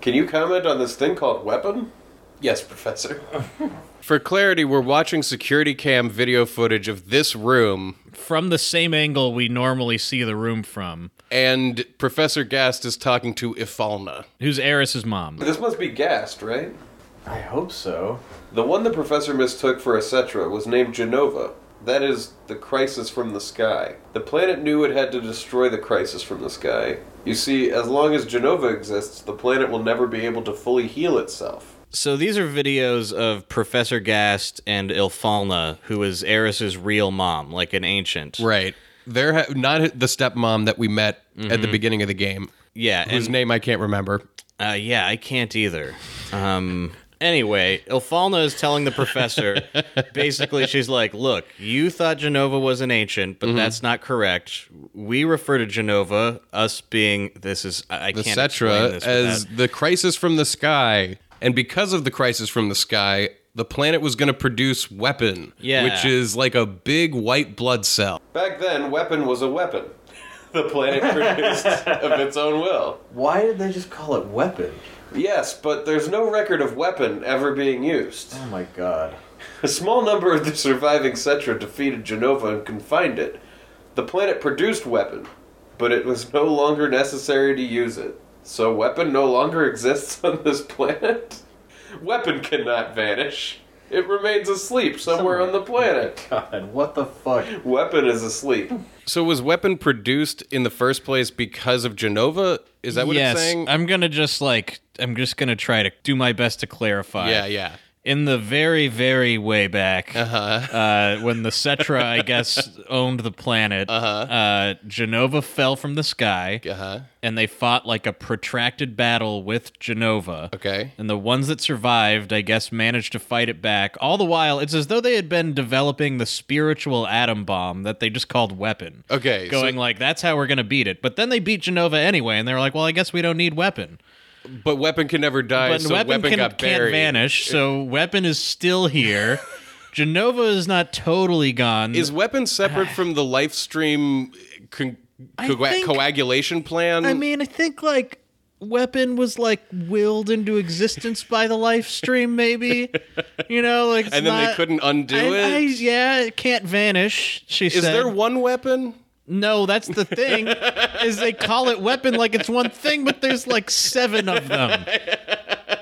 [SPEAKER 1] Can you comment on this thing called weapon? Yes, Professor.
[SPEAKER 4] For clarity, we're watching security cam video footage of this room,
[SPEAKER 3] From the same angle we normally see the room from.
[SPEAKER 4] and Professor Gast is talking to Ifalna.
[SPEAKER 3] Who's Eris's mom?
[SPEAKER 1] This must be Gast, right?
[SPEAKER 2] I hope so.
[SPEAKER 1] The one the professor mistook for a Cetra was named Genova. That is the crisis from the sky. The planet knew it had to destroy the crisis from the sky. You see, as long as Genova exists, the planet will never be able to fully heal itself.
[SPEAKER 2] So these are videos of Professor Gast and Ilfalna, who is Eris's real mom, like an ancient.
[SPEAKER 4] Right. They're ha- not the stepmom that we met at
[SPEAKER 2] Mm-hmm.
[SPEAKER 4] the beginning of the game,
[SPEAKER 2] Yeah,
[SPEAKER 4] whose name I can't remember.
[SPEAKER 2] Uh, yeah, I can't either. Um, anyway, Ilfalna is telling the professor basically, she's like, Look, you thought Genova was an ancient,
[SPEAKER 4] Mm-hmm.
[SPEAKER 2] but that's not correct. We refer to Genova, us being this is, I, I
[SPEAKER 4] the
[SPEAKER 2] can't explain
[SPEAKER 4] Cetra
[SPEAKER 2] this
[SPEAKER 4] as
[SPEAKER 2] without-
[SPEAKER 4] the crisis from the sky. And because of the crisis from the sky, the planet was going to produce weapon,
[SPEAKER 2] Yeah.
[SPEAKER 4] which is like a big white blood cell.
[SPEAKER 1] Back then, weapon was a weapon. The planet produced of its own will.
[SPEAKER 5] Why did they just call it weapon?
[SPEAKER 1] Yes, but there's no record of weapon ever being used.
[SPEAKER 5] Oh my god.
[SPEAKER 1] A small number of the surviving Cetra defeated Genova and confined it. The planet produced weapon, but it was no longer necessary to use it. So weapon no longer exists on this planet? Weapon cannot vanish. It remains asleep somewhere on the planet.
[SPEAKER 5] God, what the fuck?
[SPEAKER 1] Weapon is asleep.
[SPEAKER 4] So was weapon produced in the first place because of Genova? Is that what
[SPEAKER 3] yes.
[SPEAKER 4] it's saying?
[SPEAKER 3] I'm gonna just like I'm just gonna try to do my best to clarify.
[SPEAKER 4] yeah, yeah.
[SPEAKER 3] in the very, very way back, uh-huh. when the Cetra, I guess, owned the planet, uh-huh. Genova fell from the sky,
[SPEAKER 4] Uh-huh.
[SPEAKER 3] and they fought like a protracted battle with Genova.
[SPEAKER 1] Uh,
[SPEAKER 4] Okay.
[SPEAKER 3] And the ones that survived, I guess, managed to fight it back. All the while, it's as though they had been developing the spiritual atom bomb that they just called weapon.
[SPEAKER 4] Okay. so-
[SPEAKER 3] Going like, that's how we're going to beat it. But then they beat Genova anyway, and they were like, well, I guess we don't need weapon.
[SPEAKER 4] but weapon can never die,
[SPEAKER 3] But
[SPEAKER 4] so
[SPEAKER 3] weapon,
[SPEAKER 4] weapon,
[SPEAKER 3] can,
[SPEAKER 4] got
[SPEAKER 3] can't
[SPEAKER 4] buried.
[SPEAKER 3] vanish, so weapon is still here. Genova is not totally gone.
[SPEAKER 4] Is weapon separate from the life stream con-
[SPEAKER 3] I
[SPEAKER 4] coag-
[SPEAKER 3] think-
[SPEAKER 4] coagulation plan?
[SPEAKER 3] I mean, I think like weapon was like willed into existence by the life stream, maybe. you know, like it's
[SPEAKER 4] and then they
[SPEAKER 3] not-
[SPEAKER 4] couldn't undo
[SPEAKER 3] I-
[SPEAKER 4] it.
[SPEAKER 3] I- yeah, it can't vanish. She
[SPEAKER 4] Is
[SPEAKER 3] said.
[SPEAKER 4] there one weapon?
[SPEAKER 3] no, that's the thing. is they call it weapon like it's one thing, but there's like seven of them.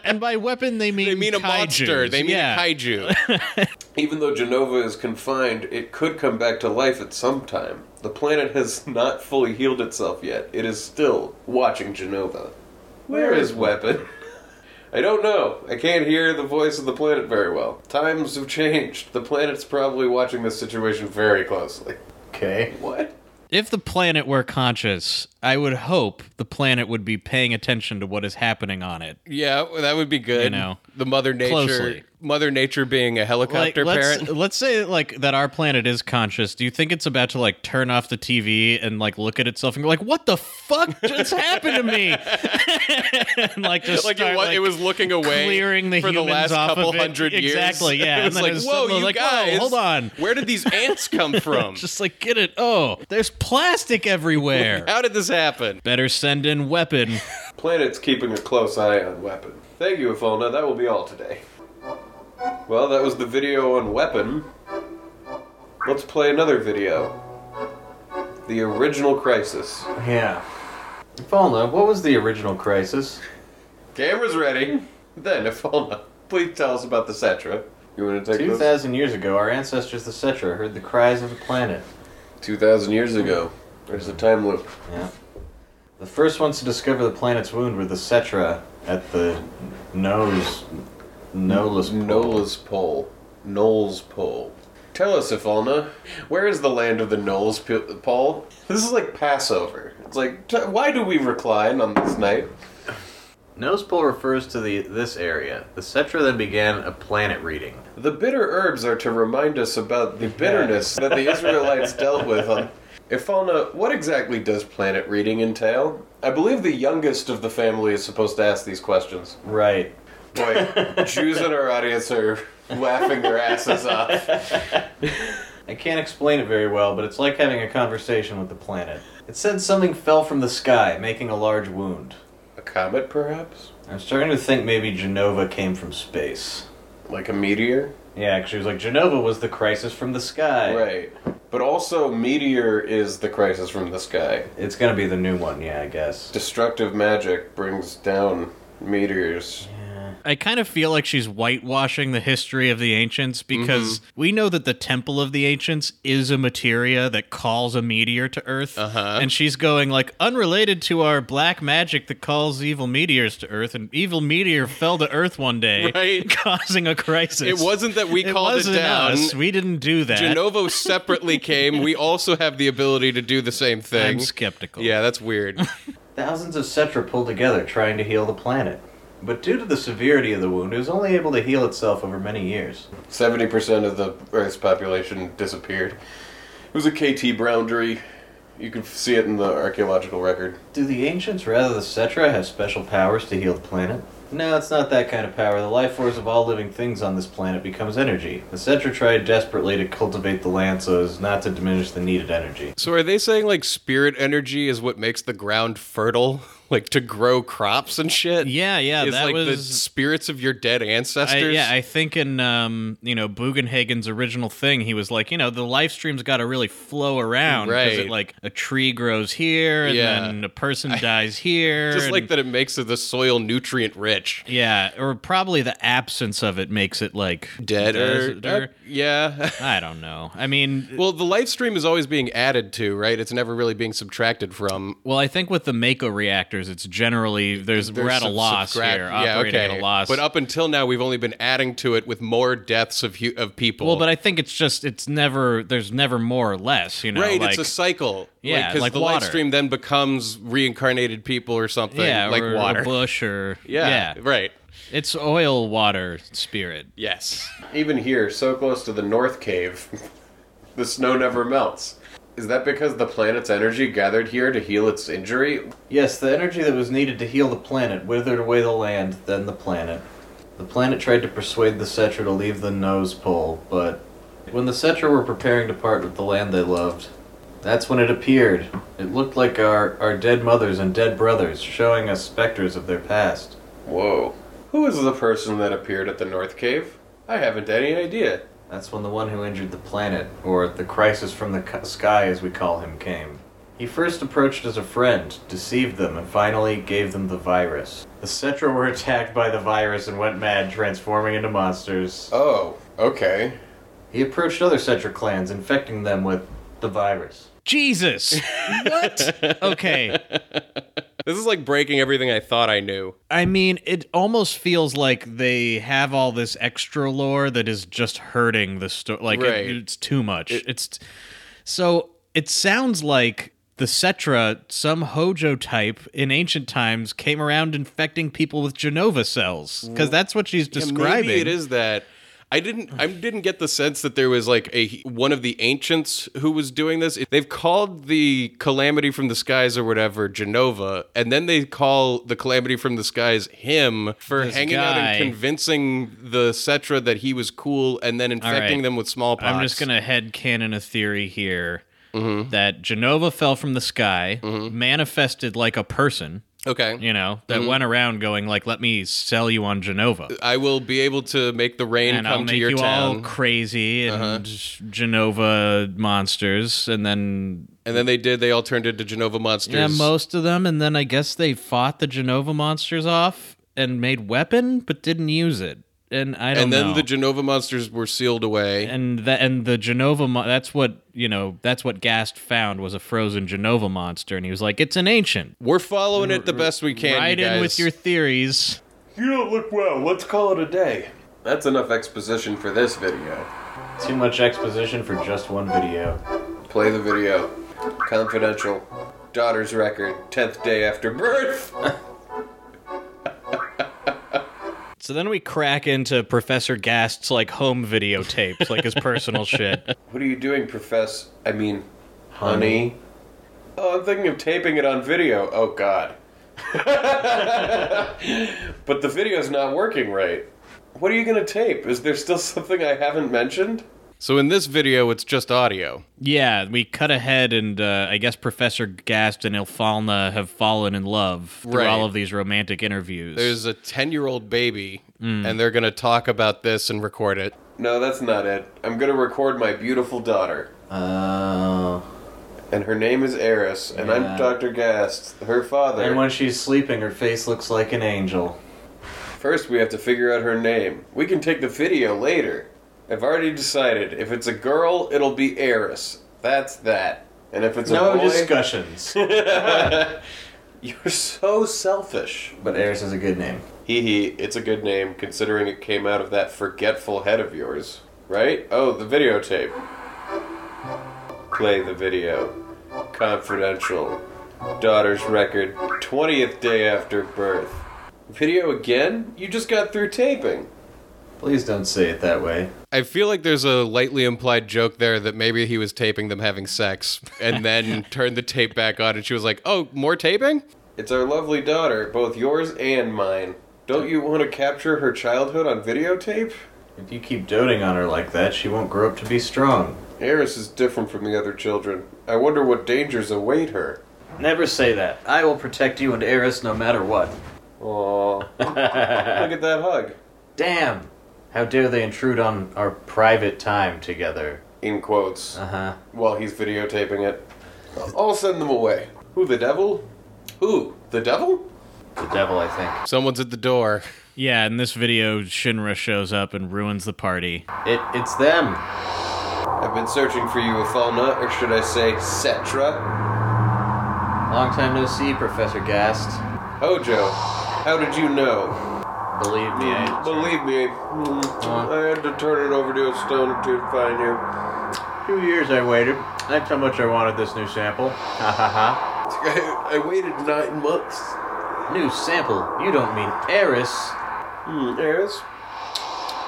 [SPEAKER 3] And by weapon, they mean
[SPEAKER 4] They mean a
[SPEAKER 3] kaijus.
[SPEAKER 4] monster. They mean
[SPEAKER 3] yeah.
[SPEAKER 4] a kaiju.
[SPEAKER 1] Even though Genova is confined, it could come back to life at some time. The planet has not fully healed itself yet. It is still watching Genova. Where is Weapon? I don't know. I can't hear the voice of the planet very well. Times have changed. The planet's probably watching this situation very closely.
[SPEAKER 2] Okay.
[SPEAKER 1] What?
[SPEAKER 3] If the planet were conscious, I would hope the planet would be paying attention to what is happening on it.
[SPEAKER 4] Yeah, well, that would be good.
[SPEAKER 3] You know,
[SPEAKER 4] the mother nature,
[SPEAKER 3] closely.
[SPEAKER 4] mother nature being a helicopter
[SPEAKER 3] let's,
[SPEAKER 4] parent.
[SPEAKER 3] Let's say like that our planet is conscious. Do you think it's about to like turn off the TV and like look at itself and go like, "What the fuck just happened to me?" and like just
[SPEAKER 4] Like
[SPEAKER 3] start,
[SPEAKER 4] it, wa-
[SPEAKER 3] like,
[SPEAKER 4] it was looking away
[SPEAKER 3] clearing the
[SPEAKER 4] for the
[SPEAKER 3] humans
[SPEAKER 4] last
[SPEAKER 3] off
[SPEAKER 4] couple
[SPEAKER 3] of it.
[SPEAKER 4] hundred years.
[SPEAKER 3] Exactly, yeah.
[SPEAKER 4] it
[SPEAKER 3] And
[SPEAKER 4] was
[SPEAKER 3] then
[SPEAKER 4] like,
[SPEAKER 3] it was
[SPEAKER 4] whoa,
[SPEAKER 3] suddenly
[SPEAKER 4] you
[SPEAKER 3] like, whoa,
[SPEAKER 4] guys,
[SPEAKER 3] hold on."
[SPEAKER 4] where did these ants come from?
[SPEAKER 3] just like get it. Oh, there's plastic everywhere.
[SPEAKER 4] How did this happen?
[SPEAKER 3] Better send in weapon.
[SPEAKER 1] Planet's keeping a close eye on Weapon. Thank you, Afona. That will be all today. Well, that was the video on Weapon. Let's play another video. The original Crisis.
[SPEAKER 5] Yeah. Falna, what was the original crisis?
[SPEAKER 1] Camera's ready. Then, Afona, please tell us about the Setra. You want to take
[SPEAKER 5] Two
[SPEAKER 1] this?
[SPEAKER 5] thousand years ago, our ancestors, the Setra, heard the cries of the planet.
[SPEAKER 1] Two thousand years ago. There's a time loop.
[SPEAKER 5] Yeah. The first ones to discover the planet's wound were the Setra at the nose, nolus. Pole.
[SPEAKER 1] Nola's Pole. Knowles Pole. Tell us, Ifalna, where is the land of the Knowles P- Pole? This is like Passover. It's like, t- why do we recline on this night?
[SPEAKER 5] Nose pole refers to the this area. The Setra then began a planet reading.
[SPEAKER 1] The bitter herbs are to remind us about the bitterness that the Israelites dealt with on. Ifalna, what exactly does planet reading entail? I believe the youngest of the family is supposed to ask these questions.
[SPEAKER 5] Right.
[SPEAKER 1] Boy, Jews in our audience are laughing their asses off.
[SPEAKER 5] I can't explain it very well, but it's like having a conversation with the planet. It said something fell from the sky, making a large wound.
[SPEAKER 1] A comet, perhaps?
[SPEAKER 5] I'm starting to think maybe Genova came from space.
[SPEAKER 1] Like a meteor?
[SPEAKER 5] Yeah, 'cause she was like, Genova was the crisis from the sky.
[SPEAKER 1] Right. But also, meteor is the crisis from the sky.
[SPEAKER 5] It's gonna be the new one, yeah, I guess.
[SPEAKER 1] Destructive magic brings down meteors.
[SPEAKER 3] I kind of feel like she's whitewashing the history of the ancients because
[SPEAKER 4] Mm-hmm.
[SPEAKER 3] we know that the temple of the ancients is a materia that calls a meteor to Earth,
[SPEAKER 4] Uh-huh.
[SPEAKER 3] and she's going like unrelated to our black magic that calls evil meteors to Earth. An evil meteor fell to Earth one day,
[SPEAKER 4] Right.
[SPEAKER 3] causing a crisis.
[SPEAKER 4] It wasn't that we
[SPEAKER 3] It
[SPEAKER 4] called
[SPEAKER 3] wasn't
[SPEAKER 4] it down.
[SPEAKER 3] us. We didn't do that.
[SPEAKER 4] Genovo separately came. We also have the ability to do the same thing.
[SPEAKER 3] I'm skeptical.
[SPEAKER 4] Yeah, that's weird.
[SPEAKER 5] Thousands of Cetra pulled together trying to heal the planet. But due to the severity of the wound, it was only able to heal itself over many years.
[SPEAKER 1] 70% of the Earth's population disappeared. It was a KT boundary. You can see it in the archaeological record.
[SPEAKER 5] Do the ancients, rather the Cetra, have special powers to heal the planet? No, it's not that kind of power. The life force of all living things on this planet becomes energy. The Cetra tried desperately to cultivate the land so as not to diminish the needed energy.
[SPEAKER 4] so are they saying like spirit energy is what makes the ground fertile? Like to grow crops and shit?
[SPEAKER 3] yeah, yeah.
[SPEAKER 4] Is
[SPEAKER 3] that
[SPEAKER 4] like the
[SPEAKER 3] was
[SPEAKER 4] spirits of your dead
[SPEAKER 3] I,
[SPEAKER 4] ancestors?
[SPEAKER 3] yeah, I think in um, you know Bugenhagen's original thing, he was like, you know, the live stream's got to really flow around because
[SPEAKER 4] Right.
[SPEAKER 3] it like a tree grows here, and
[SPEAKER 4] Yeah.
[SPEAKER 3] then a person dies here,
[SPEAKER 4] Just
[SPEAKER 3] and-
[SPEAKER 4] like that it makes the soil nutrient rich.
[SPEAKER 3] Yeah, or probably the absence of it makes it like
[SPEAKER 4] Dead or,
[SPEAKER 3] deader.
[SPEAKER 4] yeah.
[SPEAKER 3] I don't know. I mean, well,
[SPEAKER 4] well, the live stream is always being added to, right? It's never really being subtracted from.
[SPEAKER 3] I think with the Mako reactors, it's generally there's, we're
[SPEAKER 4] There's
[SPEAKER 3] at a
[SPEAKER 4] some
[SPEAKER 3] loss
[SPEAKER 4] subtract-
[SPEAKER 3] here, operating at a loss.
[SPEAKER 4] But up until now, we've only been adding to it with more deaths of hu- of people.
[SPEAKER 3] well, but I think it's just it's never there's never more or less, you know.
[SPEAKER 4] right,
[SPEAKER 3] like,
[SPEAKER 4] it's a cycle.
[SPEAKER 3] Yeah,
[SPEAKER 4] because
[SPEAKER 3] like
[SPEAKER 4] the live
[SPEAKER 3] water.
[SPEAKER 4] stream then becomes reincarnated people or something,
[SPEAKER 3] yeah,
[SPEAKER 4] like
[SPEAKER 3] or
[SPEAKER 4] water.
[SPEAKER 3] a bush or
[SPEAKER 4] yeah, right.
[SPEAKER 3] It's oil, water, spirit.
[SPEAKER 4] Yes.
[SPEAKER 1] Even here, so close to the North Cave, the snow never melts. Is that because the planet's energy gathered here to heal its injury?
[SPEAKER 5] Yes, the energy that was needed to heal the planet withered away the land, then the planet. The planet tried to persuade the Cetra to leave the nose pole, but when the Cetra were preparing to part with the land they loved, that's when it appeared. It looked like our, our dead mothers and dead brothers, showing us specters of their past.
[SPEAKER 1] Whoa. Who is the person that appeared at the North Cave? I haven't any idea.
[SPEAKER 5] That's when the one who injured the planet, or the crisis from the c- sky as we call him, came. He first approached as a friend, deceived them, and finally gave them the virus. The Cetra were attacked by the virus and went mad, transforming into monsters.
[SPEAKER 1] Oh, okay.
[SPEAKER 5] He approached other Cetra clans, infecting them with the virus.
[SPEAKER 3] Jesus. what? Okay.
[SPEAKER 4] This is like breaking everything I thought I knew.
[SPEAKER 3] I mean, it almost feels like they have all this extra lore that is just hurting the story. Like, it-
[SPEAKER 4] Right.
[SPEAKER 3] it's too much. it's so. It sounds like the Cetra, some Hojo type in ancient times, came around infecting people with Genova cells because that's what she's
[SPEAKER 4] Yeah,
[SPEAKER 3] describing.
[SPEAKER 4] Maybe it is that. I didn't. I didn't get the sense that there was like a one of the ancients who was doing this. They've called the calamity from the skies or whatever Genova, and then they call the calamity from the skies him for
[SPEAKER 3] This
[SPEAKER 4] hanging out
[SPEAKER 3] guy.
[SPEAKER 4] and convincing the Cetra that he was cool, and then infecting
[SPEAKER 3] right.
[SPEAKER 4] them with smallpox.
[SPEAKER 3] I'm just gonna head canon a theory here
[SPEAKER 4] Mm-hmm.
[SPEAKER 3] that Genova fell from the sky, manifested like a person,
[SPEAKER 4] Okay.
[SPEAKER 3] you know,
[SPEAKER 4] Mm-hmm.
[SPEAKER 3] that went around going like, "Let me sell you on Genova."
[SPEAKER 4] I will be able to make the rain
[SPEAKER 3] and
[SPEAKER 4] come
[SPEAKER 3] I'll
[SPEAKER 4] to
[SPEAKER 3] make
[SPEAKER 4] your
[SPEAKER 3] you
[SPEAKER 4] town.
[SPEAKER 3] all crazy and Genova monsters, and then
[SPEAKER 4] and then they did. They all turned into Genova monsters.
[SPEAKER 3] yeah, most of them, and then I guess they fought the Genova monsters off and made weapon, but didn't use it. And I don't
[SPEAKER 4] and then
[SPEAKER 3] know.
[SPEAKER 4] the Genova monsters were sealed away.
[SPEAKER 3] and the and the Genova mo- that's what you know that's what Gast found was a frozen Genova monster, and he was like, "It's an ancient."
[SPEAKER 4] We're following it the best we can.
[SPEAKER 3] Right
[SPEAKER 4] you
[SPEAKER 3] in with
[SPEAKER 4] guys.
[SPEAKER 3] your theories.
[SPEAKER 5] You don't look well. Let's call it a day.
[SPEAKER 1] That's enough exposition for this video.
[SPEAKER 5] Too much exposition for just one video.
[SPEAKER 1] Play the video. Confidential. Daughter's record. 10th day after birth.
[SPEAKER 2] So then we crack into Professor Gast's like home videotapes, like his personal shit.
[SPEAKER 1] What are you doing, Profess? I mean, honey. Oh, I'm thinking of taping it on video. Oh, God. but the video's not working right. What are you gonna tape? Is there still something I haven't mentioned?
[SPEAKER 4] So in this video, it's just audio.
[SPEAKER 3] Yeah, we cut ahead, and uh, I guess Professor Gast and Ilfalna have fallen in love through
[SPEAKER 4] Right.
[SPEAKER 3] all of these romantic interviews.
[SPEAKER 4] There's a 10 year old baby,
[SPEAKER 5] Mm.
[SPEAKER 4] and they're going to talk about this and record it.
[SPEAKER 1] No, that's not it. I'm gonna record my beautiful daughter.
[SPEAKER 5] Oh.
[SPEAKER 1] And her name is Eris, and
[SPEAKER 5] Yeah.
[SPEAKER 1] I'm Dr. Gast, her father.
[SPEAKER 5] And when she's sleeping, her face looks like an angel.
[SPEAKER 1] First, we have to figure out her name. We can take the video later. I've already decided. If it's a girl, it'll be Eris. That's that. And if it's
[SPEAKER 5] No
[SPEAKER 1] a boy,
[SPEAKER 5] discussions.
[SPEAKER 1] you're so selfish.
[SPEAKER 5] but Eris is a good name.
[SPEAKER 1] Hee hee. It's a good name considering it came out of that forgetful head of yours, right? Oh, the videotape. Play the video. Confidential. Daughter's record. 20th day after birth. Video again? You just got through taping.
[SPEAKER 5] Please don't say it that way.
[SPEAKER 4] I feel like there's a lightly implied joke there that maybe he was taping them having sex and then turned the tape back on, and she was like, Oh, more taping?
[SPEAKER 1] It's our lovely daughter, both yours and mine. Don't you want to capture her childhood on videotape?
[SPEAKER 5] If you keep doting on her like that, she won't grow up to be strong.
[SPEAKER 1] Eris is different from the other children. I wonder what dangers await her.
[SPEAKER 5] Never say that. I will protect you and Eris no matter what.
[SPEAKER 1] Aww. Look at that hug.
[SPEAKER 5] Damn! How dare they intrude on our private time together?
[SPEAKER 1] In quotes,
[SPEAKER 5] Uh huh.
[SPEAKER 1] while he's videotaping it. I'll send them away. Who, the devil? Who, the devil?
[SPEAKER 5] The devil, I think.
[SPEAKER 4] Someone's at the door.
[SPEAKER 3] yeah, in this video, Shinra shows up and ruins the party.
[SPEAKER 5] It, it's them.
[SPEAKER 1] I've been searching for you, Ifalna, or should I say, Setra?
[SPEAKER 5] Long time no see, Professor Gast.
[SPEAKER 1] Hojo, how did you know?
[SPEAKER 5] Believe me, I.
[SPEAKER 1] Believe me, mm, I had to turn it over to a stoner to find you.
[SPEAKER 5] Two years I waited. That's how much I wanted this new sample. Ha ha
[SPEAKER 1] I, I waited nine months.
[SPEAKER 5] ha. New sample? You don't mean Eris.
[SPEAKER 1] Hmm, Eris?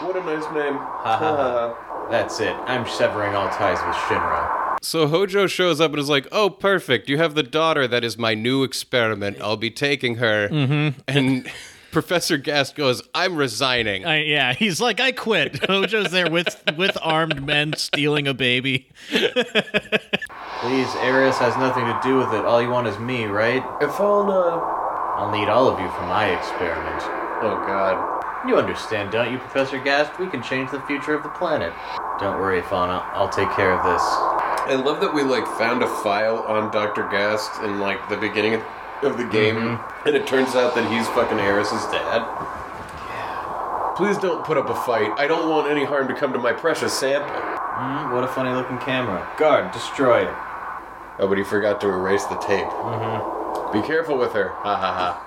[SPEAKER 1] What a nice name.
[SPEAKER 5] ha. That's it. I'm severing all ties with Shinra.
[SPEAKER 4] So Hojo shows up and is like, Oh, perfect. You have the daughter that is my new experiment. I'll be taking her. Mm-hmm. And Professor Gast goes, I'm resigning.
[SPEAKER 1] Oh,
[SPEAKER 3] I, yeah, he's like, I quit. Hojo's there with with armed men stealing a baby.
[SPEAKER 5] Please, Eris has nothing to do with it. All you want is me, right?
[SPEAKER 1] Ifalna.
[SPEAKER 5] I'll need all of you for my experiment.
[SPEAKER 1] Oh, God.
[SPEAKER 5] You understand, don't you, Professor Gast? We can change the future of the planet. Don't worry, Fauna. I'll take care of this.
[SPEAKER 1] I love that we, like, found a file on Dr. Gast in, like, the beginning of- of the game, and it turns out that he's fucking Eris's dad. Please don't put up a fight. I don't want any harm to come to my precious sample.
[SPEAKER 5] Hmm, what a funny looking camera. Guard, destroy it.
[SPEAKER 1] Oh, but he forgot to erase the tape. Mm-hmm. Be careful with her. Ha ha ha.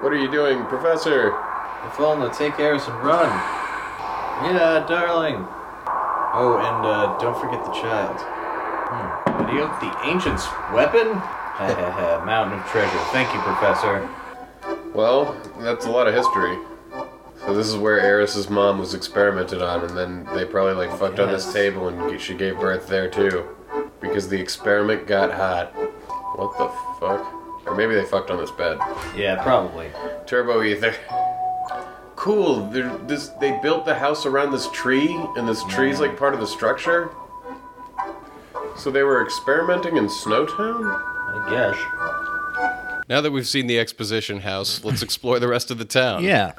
[SPEAKER 1] What are you doing, Professor?
[SPEAKER 5] Fauna, take Eris and run. Yeah, darling. Oh, and uh, don't forget the child. Hmm. Video? The ancient's weapon? Ha ha ha. Mountain of treasure. Thank you, Professor.
[SPEAKER 1] Well, that's a lot of history. So this is where Eris's mom was experimented on, and then they probably like fucked on this
[SPEAKER 5] Yes.
[SPEAKER 1] table, and g- she gave birth there too, because the experiment got hot. What the fuck? Or maybe they fucked on this bed.
[SPEAKER 5] Yeah, probably.
[SPEAKER 1] Turbo ether. Cool. They're, this they built the house around this tree, and this tree's like part of the structure. So they were experimenting in Snowtown.
[SPEAKER 5] I guess.
[SPEAKER 4] Now that we've seen the exposition house, let's explore the rest of the town.
[SPEAKER 3] Yeah.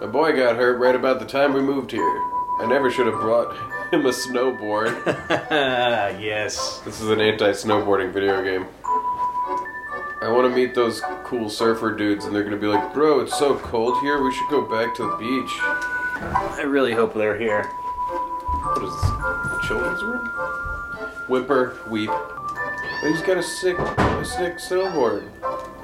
[SPEAKER 1] A boy got hurt right about the time we moved here. I never should have brought him a snowboard.
[SPEAKER 5] Ah, yes.
[SPEAKER 1] This is an anti-snowboarding video game. I want to meet those cool surfer dudes, and they're gonna be like, "Bro, it's so cold here. We should go back to the beach."
[SPEAKER 5] I really hope they're here.
[SPEAKER 1] What is this? a Children's room? Whimper, weep. Oh, He's got a sick, a sick snowboard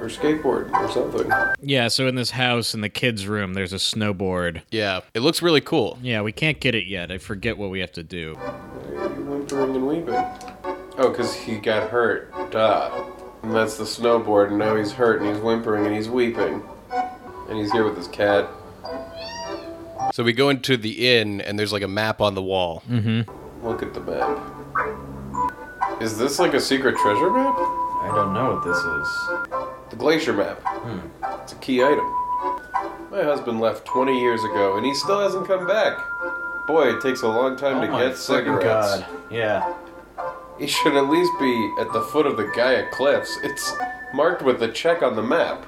[SPEAKER 1] or skateboard or something.
[SPEAKER 3] Yeah, so in this house in the kids' room, there's a snowboard.
[SPEAKER 4] Yeah. It looks really cool.
[SPEAKER 3] Yeah, we can't get it yet. I forget what we have to do.
[SPEAKER 1] Why are you whimpering and weeping? Oh, 'cause he got hurt. Duh. And that's the snowboard, and now he's hurt, and he's whimpering, and he's weeping, and he's here with his cat.
[SPEAKER 4] So we go into the inn, and there's like a map on the wall.
[SPEAKER 1] Look at the map. Is this like a secret treasure map?
[SPEAKER 5] I don't know what this is.
[SPEAKER 1] The glacier map. It's a key item. My husband left 20 years ago and he still hasn't come back. Boy, it takes a long
[SPEAKER 5] Oh
[SPEAKER 1] time to get
[SPEAKER 5] fucking
[SPEAKER 1] cigarettes.
[SPEAKER 5] Yeah.
[SPEAKER 1] He should at least be at the foot of the Gaia Cliffs. It's marked with a check on the map.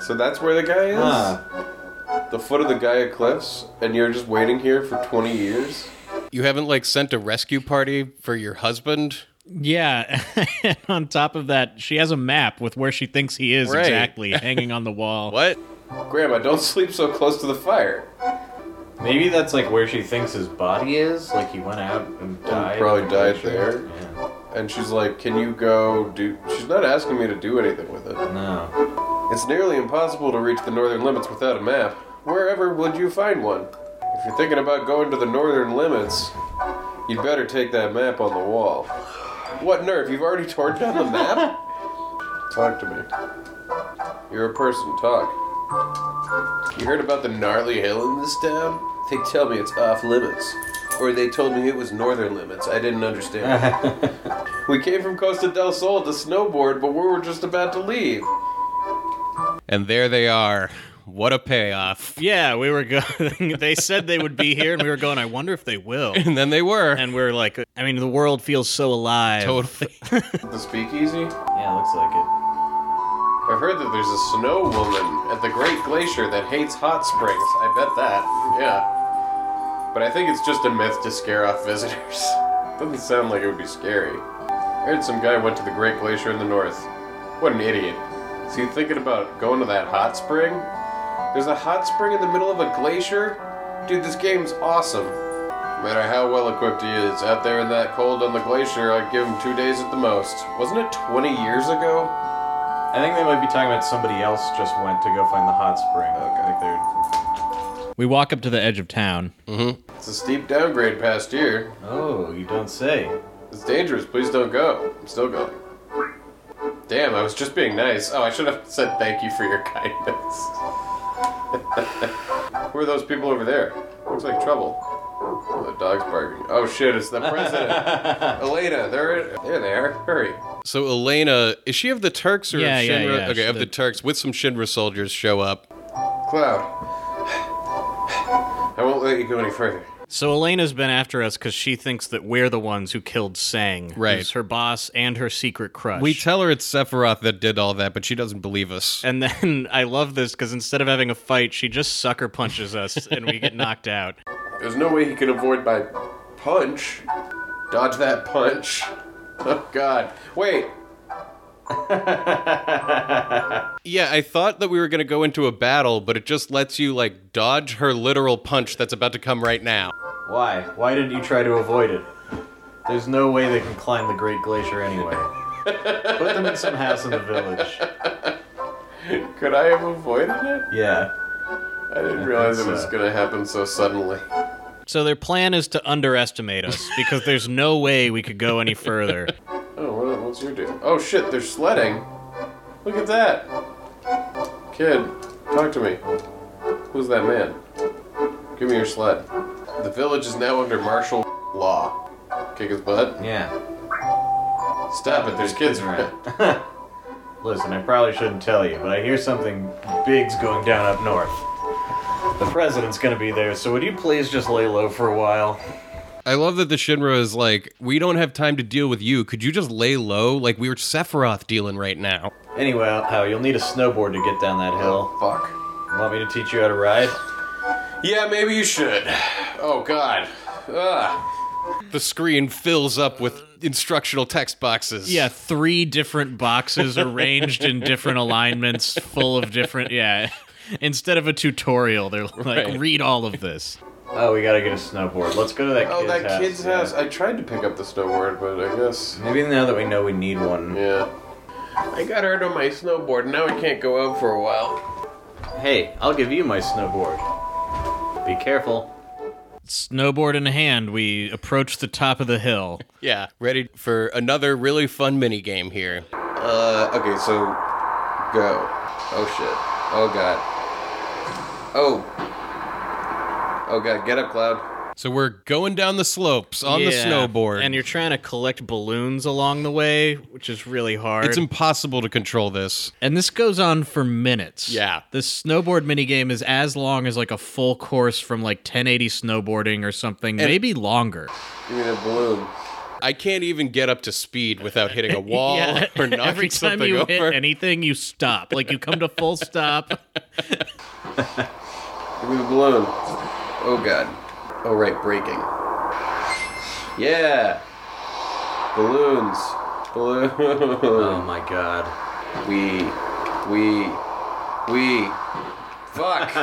[SPEAKER 1] So that's where the guy is?
[SPEAKER 5] Huh.
[SPEAKER 1] The foot of the Gaia Cliffs, and you're just waiting here for 20 years?
[SPEAKER 4] You haven't like sent a rescue party for your husband?
[SPEAKER 3] Yeah, and on top of that, she has a map with where she thinks he is
[SPEAKER 4] Right.
[SPEAKER 3] exactly hanging on the wall.
[SPEAKER 4] What?
[SPEAKER 1] Grandma, don't sleep so close to the fire.
[SPEAKER 5] Maybe that's like where she thinks his body is. Like he went out and died.
[SPEAKER 1] probably died there.
[SPEAKER 5] Yeah.
[SPEAKER 1] And she's like, Can you go do. She's not asking me to do anything with it.
[SPEAKER 5] No.
[SPEAKER 1] It's nearly impossible to reach the northern limits without a map. Wherever would you find one? If you're thinking about going to the northern limits, you'd better take that map on the wall. What nerve? You've already torn down the map? Talk to me. You're a person, talk. You heard about the gnarly hill in this town? They tell me it's off limits. Or they told me it was northern limits. I didn't understand. we came from Costa del Sol to snowboard, but we were just about to leave.
[SPEAKER 4] And there they are. What a payoff.
[SPEAKER 3] Yeah, we were going. they said they would be here, and we were going. I wonder if they will.
[SPEAKER 4] And then they were.
[SPEAKER 3] And we're like, I mean, the world feels so alive.
[SPEAKER 4] totally.
[SPEAKER 1] The speakeasy?
[SPEAKER 5] Yeah, looks like it.
[SPEAKER 1] I've heard that there's a snow woman at the Great Glacier that hates hot springs. I bet that. Yeah. But I think it's just a myth to scare off visitors. Doesn't sound like it would be scary. I heard some guy went to the Great Glacier in the north. What an idiot. Is he thinking about going to that hot spring? There's a hot spring in the middle of a glacier? Dude, this game's awesome. No matter how well equipped he is, out there in that cold on the glacier, I'd give him two days at the most. Wasn't it 20 years ago?
[SPEAKER 5] I think they might be talking about somebody else just went to go find the hot spring.
[SPEAKER 1] Okay.
[SPEAKER 5] Like they're.
[SPEAKER 3] We walk up to the edge of town.
[SPEAKER 1] It's a steep downgrade past here.
[SPEAKER 5] Oh, you don't say.
[SPEAKER 1] It's dangerous. Please don't go. I'm still going. Damn, I was just being nice. Oh, I should have said thank you for your kindness. Who are those people over there? Looks like trouble. Oh, the dog's barking. Oh shit, it's the president. Elena, they're there they are. Hurry.
[SPEAKER 4] So Elena, is she of the Turks or
[SPEAKER 3] Yeah,
[SPEAKER 4] of
[SPEAKER 3] yeah,
[SPEAKER 4] Shinra?
[SPEAKER 3] yeah,
[SPEAKER 4] okay,
[SPEAKER 3] she's
[SPEAKER 4] of the
[SPEAKER 3] the-
[SPEAKER 4] Turks with some Shinra soldiers show up.
[SPEAKER 1] Cloud. I won't let you go any further.
[SPEAKER 3] So Elena's been after us because she thinks that we're the ones who killed Sang,
[SPEAKER 4] Right.
[SPEAKER 3] who's her boss and her secret crush.
[SPEAKER 4] We tell her it's Sephiroth that did all that, but she doesn't believe us.
[SPEAKER 3] and then I love this because instead of having a fight, she just sucker punches us and we get knocked out.
[SPEAKER 1] There's no way he can avoid my punch. Dodge that punch. Oh god. Wait,
[SPEAKER 4] Yeah, I thought that we were going to go into a battle, but it just lets you like dodge her literal punch that's about to come right now.
[SPEAKER 5] Why? Why didn't you try to avoid it? There's no way they can climb the Great Glacier anyway. Put them in some house in the village.
[SPEAKER 1] Could I have avoided it?
[SPEAKER 5] Yeah.
[SPEAKER 1] I didn't realize it
[SPEAKER 5] so.
[SPEAKER 1] was going to happen so suddenly.
[SPEAKER 3] So their plan is to underestimate us because there's no way we could go any further.
[SPEAKER 1] Oh, what, what's your deal? Oh shit, they're sledding. Look at that. Kid, talk to me. Who's that man? Give me your sled. The village is now under martial law. Kick his butt.
[SPEAKER 5] Yeah.
[SPEAKER 1] Stop it, there's kids around.
[SPEAKER 5] Right. Listen, I probably shouldn't tell you, but I hear something big's going down up north. The president's gonna be there, so would you please just lay low for a while?
[SPEAKER 4] I love that the Shinra is like, we don't have time to deal with you. Could you just lay low? Like we were Sephiroth dealing right now.
[SPEAKER 5] Anyway, how you'll need a snowboard to get down that hill.
[SPEAKER 1] Oh, Fuck.
[SPEAKER 5] Want me to teach you how to ride?
[SPEAKER 1] Yeah, maybe you should. Oh, God. Ugh.
[SPEAKER 4] The screen fills up with instructional text boxes.
[SPEAKER 3] Yeah, three different boxes arranged in different alignments, full of different. Yeah. Instead of a tutorial, they're like, read all of this.
[SPEAKER 5] Oh, we gotta get a snowboard. Let's go to that
[SPEAKER 1] Oh,
[SPEAKER 5] kid's
[SPEAKER 1] that
[SPEAKER 5] house.
[SPEAKER 1] kid's
[SPEAKER 5] yeah.
[SPEAKER 1] house. I tried to pick up the snowboard, but I guess.
[SPEAKER 5] Maybe now that we know we need one.
[SPEAKER 1] Yeah. I got hurt on my snowboard, now I can't go out for a while.
[SPEAKER 5] Hey, I'll give you my snowboard. Be careful.
[SPEAKER 3] Snowboard in hand, we approach the top of the hill.
[SPEAKER 4] Yeah. Ready for another really fun mini game here.
[SPEAKER 1] Uh, okay, so. Go. Oh, shit. Oh, God. Oh. Oh, God. Get up, Cloud.
[SPEAKER 4] So we're going down the slopes on the
[SPEAKER 2] Yeah,
[SPEAKER 4] snowboard.
[SPEAKER 2] and you're trying to collect balloons along the way, which is really hard.
[SPEAKER 4] it's impossible to control this.
[SPEAKER 3] And this goes on for minutes.
[SPEAKER 4] Yeah.
[SPEAKER 3] The snowboard minigame is as long as like a full course from like 1080 snowboarding or something, maybe longer.
[SPEAKER 1] Give me the balloon.
[SPEAKER 4] I can't even get up to speed without hitting a wall or knocking
[SPEAKER 3] Every time
[SPEAKER 4] something
[SPEAKER 3] you
[SPEAKER 4] over.
[SPEAKER 3] hit anything, you stop. Like you come to full stop.
[SPEAKER 1] Give me the balloon. Oh, God. Oh, right. Breaking. Yeah. Balloons. Balloon.
[SPEAKER 5] Oh my god.
[SPEAKER 1] We. We. We. Fuck.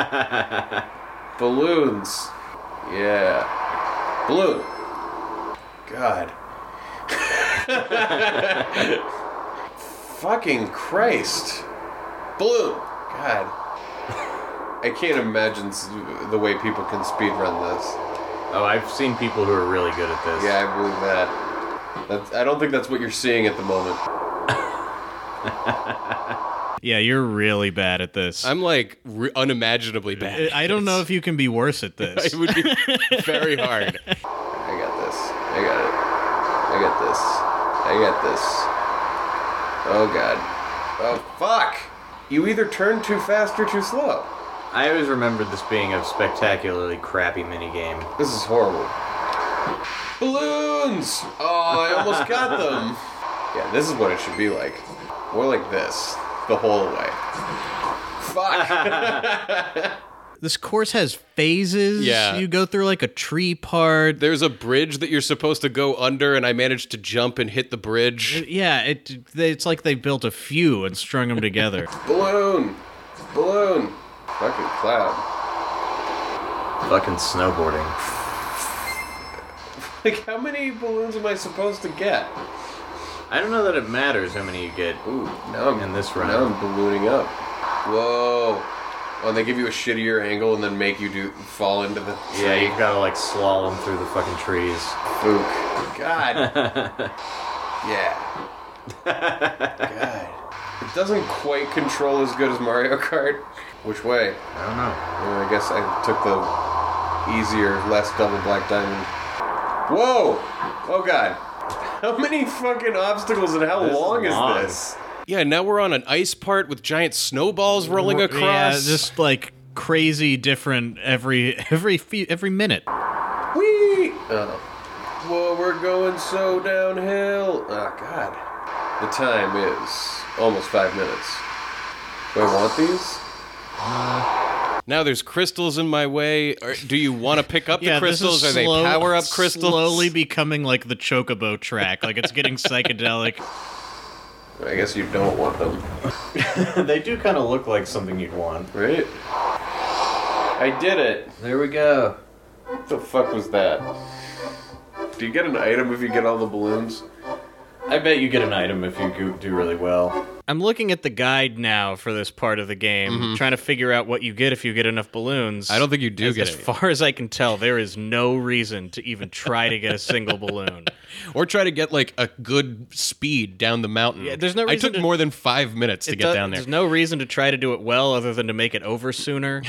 [SPEAKER 1] Balloons. Yeah. Balloon. God. Fucking Christ. Balloon. God. I can't imagine s- the way people can speedrun this.
[SPEAKER 5] Oh, I've seen people who are really good at this.
[SPEAKER 1] Yeah, I believe that. That's, I don't think that's what you're seeing at the moment.
[SPEAKER 3] yeah, you're really bad at this.
[SPEAKER 4] I'm like re- unimaginably bad. at
[SPEAKER 3] I don't know
[SPEAKER 4] this.
[SPEAKER 3] if you can be worse at this.
[SPEAKER 4] It would be very hard.
[SPEAKER 1] I got this. I got it. I got this. I got this. Oh god. Oh fuck! You either turn too fast or too slow.
[SPEAKER 5] I always remembered this being a spectacularly crappy minigame.
[SPEAKER 1] This is horrible. Balloons! Oh, I almost got them. Yeah, this is what it should be like. More like this, the whole way. Fuck!
[SPEAKER 3] this course has phases.
[SPEAKER 4] Yeah.
[SPEAKER 3] You go through like a tree part.
[SPEAKER 4] There's a bridge that you're supposed to go under, and I managed to jump and hit the bridge.
[SPEAKER 3] yeah, it, they, it's like they built a few and strung them together.
[SPEAKER 1] Balloon! Balloon! Fucking cloud.
[SPEAKER 5] Fucking snowboarding.
[SPEAKER 1] Like, how many balloons am I supposed to get?
[SPEAKER 5] I don't know that it matters how many you get.
[SPEAKER 1] Ooh, now I'm
[SPEAKER 5] In this
[SPEAKER 1] Now
[SPEAKER 5] round.
[SPEAKER 1] I'm ballooning up. Whoa! Oh, and they give you a shittier angle and then make you do fall into the
[SPEAKER 5] Yeah,
[SPEAKER 1] tree.
[SPEAKER 5] you gotta like slalom through the fucking trees.
[SPEAKER 1] Fook. God. yeah. God. It doesn't quite control as good as Mario Kart. Which way?
[SPEAKER 5] I don't know.
[SPEAKER 1] Uh, I guess I took the easier, less double black diamond. Whoa! Oh God. How many fucking obstacles and how
[SPEAKER 5] This is
[SPEAKER 1] long is
[SPEAKER 5] long.
[SPEAKER 1] this?
[SPEAKER 4] Yeah, now we're on an ice part with giant snowballs rolling across.
[SPEAKER 3] Yeah, just like crazy different every every few, every minute.
[SPEAKER 1] Whee! Oh. Whoa, we're going so downhill. Oh, God. The time is almost five minutes. Do I want these?
[SPEAKER 4] Uh, now there's crystals in my way. Or do you want to pick up the crystals? Are
[SPEAKER 3] slow-
[SPEAKER 4] they power up crystals?
[SPEAKER 3] Slowly becoming like the chocobo track. Like it's getting psychedelic.
[SPEAKER 1] I guess you don't want them,
[SPEAKER 5] they do kind of look like something you'd want.
[SPEAKER 1] right? I did it.
[SPEAKER 5] There we go.
[SPEAKER 1] What the fuck was that? Do you get an item if you get all the balloons?
[SPEAKER 5] I bet you get an item if you go- do really well.
[SPEAKER 9] I'm looking at the guide now for this part of the game, trying to figure out what you get if you get enough balloons.
[SPEAKER 1] Mm-hmm. I don't think you do
[SPEAKER 9] as,
[SPEAKER 1] get
[SPEAKER 9] As
[SPEAKER 1] any.
[SPEAKER 9] far as I can tell, there is no reason to even try to get a single balloon.
[SPEAKER 1] Or try to get like a good speed down the mountain.
[SPEAKER 9] Yeah, there's no
[SPEAKER 1] I
[SPEAKER 9] reason
[SPEAKER 1] took
[SPEAKER 9] to-
[SPEAKER 1] more than five minutes to
[SPEAKER 9] It
[SPEAKER 1] get
[SPEAKER 9] does-
[SPEAKER 1] down there.
[SPEAKER 9] There's no reason to try to do it well other than to make it over sooner.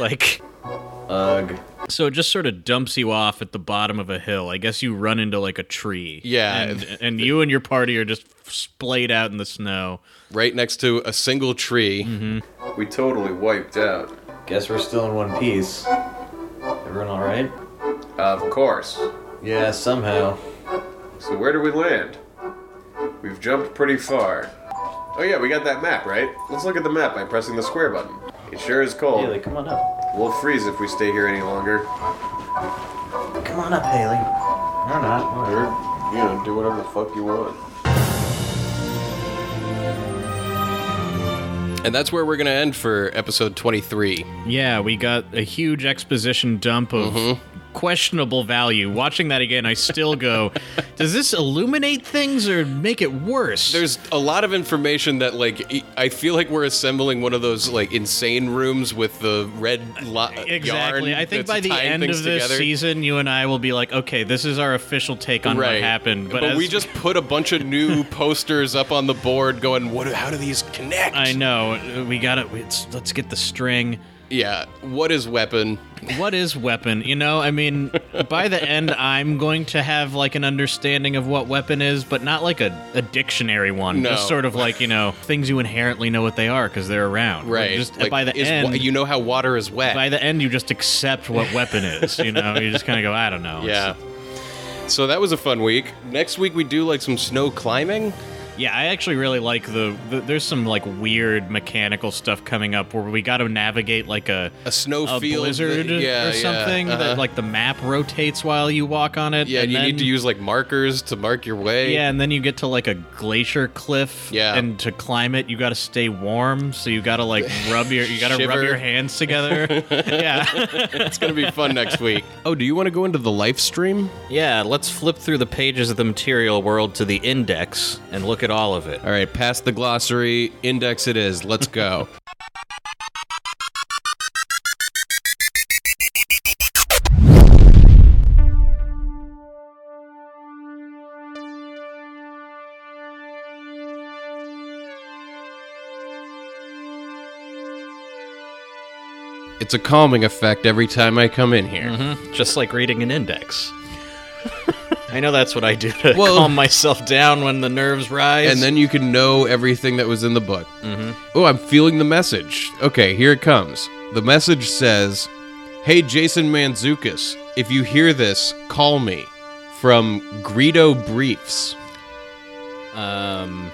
[SPEAKER 9] like,
[SPEAKER 5] Ugh.
[SPEAKER 3] So it just sort of dumps you off at the bottom of a hill. I guess you run into like a tree.
[SPEAKER 1] Yeah.
[SPEAKER 3] And, and you and your party are just splayed out in the snow.
[SPEAKER 1] Right next to a single tree.
[SPEAKER 10] Mm-hmm. We totally wiped out.
[SPEAKER 5] Guess we're still in one piece. Everyone all right?
[SPEAKER 10] Of course.
[SPEAKER 5] Yeah, somehow.
[SPEAKER 10] So where do we land? We've jumped pretty far. Oh yeah, we got that map, right? Let's look at the map by pressing the square button. It sure is cold.
[SPEAKER 5] Haley, come on up.
[SPEAKER 10] We'll freeze if we stay here any longer.
[SPEAKER 5] Come on up, Haley. No, not.
[SPEAKER 11] Or, you know, do whatever the fuck you want.
[SPEAKER 1] And that's where we're going to end for episode 23.
[SPEAKER 3] Yeah, we got a huge exposition dump of
[SPEAKER 1] Mm-hmm.
[SPEAKER 3] questionable value. Watching that again, I still go, does this illuminate things or make it worse?
[SPEAKER 1] There's a lot of information that, like, e- I feel like we're assembling one of those, like, insane rooms with the red lo-
[SPEAKER 3] E-, Exactly.
[SPEAKER 1] yarn
[SPEAKER 3] I think
[SPEAKER 1] that's
[SPEAKER 3] by the
[SPEAKER 1] tying
[SPEAKER 3] end of
[SPEAKER 1] things
[SPEAKER 3] this
[SPEAKER 1] together.
[SPEAKER 3] season, you and I will be like, okay, this is our official take on what happened. But, as-
[SPEAKER 1] we just put a bunch of new posters up on the board, going, "What? How do these connect?"
[SPEAKER 3] I know. We got to Let's get the string.
[SPEAKER 1] Yeah. What is weapon?
[SPEAKER 3] What is weapon? You know, I mean, by the end, I'm going to have like an understanding of what weapon is, but not like a, a dictionary one.
[SPEAKER 1] No.
[SPEAKER 3] Just sort of like, you know, things you inherently know what they are because they're around.
[SPEAKER 1] Right.
[SPEAKER 3] Just
[SPEAKER 1] like,
[SPEAKER 3] by the
[SPEAKER 1] is, wa-
[SPEAKER 3] end,
[SPEAKER 1] you know how water is wet.
[SPEAKER 3] by the end, you just accept what weapon is. You know, you just kind of go, I don't know. It's-
[SPEAKER 1] yeah. So that was a fun week. Next week we do like some snow climbing.
[SPEAKER 3] Yeah, I actually really like the, the. There's some like weird mechanical stuff coming up where we got to navigate like a
[SPEAKER 1] A snow
[SPEAKER 3] a
[SPEAKER 1] field,
[SPEAKER 3] blizzard
[SPEAKER 1] that- yeah,
[SPEAKER 3] or
[SPEAKER 1] yeah,
[SPEAKER 3] something
[SPEAKER 1] uh-huh.
[SPEAKER 3] that like the map rotates while you walk on it.
[SPEAKER 1] Yeah, and you
[SPEAKER 3] then-
[SPEAKER 1] need to use like markers to mark your way.
[SPEAKER 3] Yeah, and then you get to like a glacier cliff.
[SPEAKER 1] Yeah.
[SPEAKER 3] and to climb it, you got to stay warm, so you got to like rub your you got to rub
[SPEAKER 1] Shiver.
[SPEAKER 3] your hands together. yeah,
[SPEAKER 1] It's gonna be fun next week. Oh, do you want to go into the live stream?
[SPEAKER 9] yeah, let's flip through the pages of the material world to the index and look at all of it.
[SPEAKER 1] All right, pass the glossary. Index it is. Let's go. It's a calming effect every time I come in here.
[SPEAKER 9] Just like reading an index. I know that's what I do to
[SPEAKER 1] Well-
[SPEAKER 9] calm myself down when the nerves rise.
[SPEAKER 1] And then you can know everything that was in the book. Oh, I'm feeling the message. Okay, here it comes. The message says, Hey, Jason Manzukis, if you hear this, call me. From Greedo Briefs.
[SPEAKER 9] um,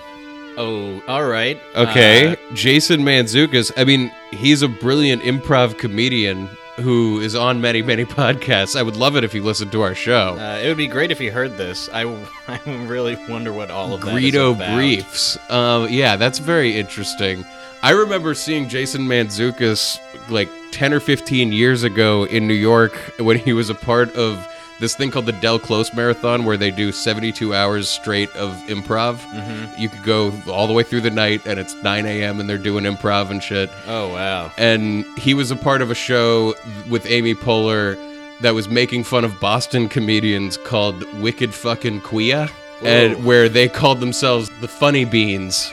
[SPEAKER 9] oh, all right.
[SPEAKER 1] Okay,
[SPEAKER 9] Uh,
[SPEAKER 1] Jason Manzukis. I mean, he's a brilliant improv comedian who is on many, many podcasts. I would love it if you listened to our show.
[SPEAKER 9] Uh, it would be great if you heard this. I, I really wonder what all of that is
[SPEAKER 1] Greedo
[SPEAKER 9] about.
[SPEAKER 1] Briefs. Um, yeah, that's very interesting. I remember seeing Jason Manzukis like 10 or 15 years ago in New York when he was a part of this thing called the Del Close Marathon where they do 72 hours straight of improv.
[SPEAKER 9] Mm-hmm.
[SPEAKER 1] You could go all the way through the night and it's 9 a.m. and they're doing improv and shit
[SPEAKER 9] Oh wow.
[SPEAKER 1] and he was a part of a show with Amy Poehler that was making fun of Boston comedians called Wicked Fucking Quia. And where they called themselves the Funny Beans,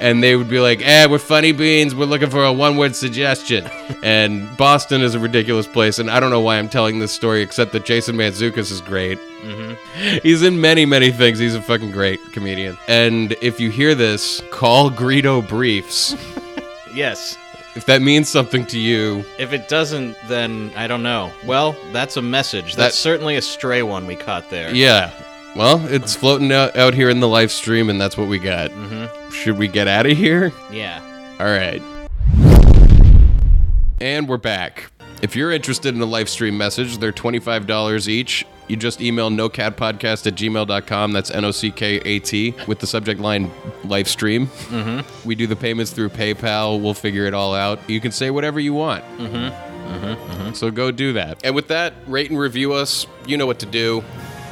[SPEAKER 1] and they would be like, "Eh, we're Funny Beans. We're looking for a one-word suggestion." And Boston is a ridiculous place, and I don't know why I'm telling this story, except that Jason Mantzoukas is great. He's in many, many things. He's a fucking great comedian. And if you hear this, call Greedo Briefs.
[SPEAKER 9] Yes.
[SPEAKER 1] If that means something to you,
[SPEAKER 9] If it doesn't, then I don't know. Well, that's a message. That's
[SPEAKER 1] That-
[SPEAKER 9] certainly a stray one we caught there.
[SPEAKER 1] Yeah. Well, it's floating out, out here in the live stream, and that's what we got. Should we get out of here?
[SPEAKER 9] Yeah.
[SPEAKER 1] All right. And we're back. If you're interested in a live stream message, they're $25 each. You just email nocatpodcast at gmail.com. That's N O C K A T with the subject line live stream. Mm-hmm. We do the payments through PayPal. We'll figure it all out. You can say whatever you want. Mm-hmm. Mm-hmm. So go do that. And with that, rate and review us. You know what to do.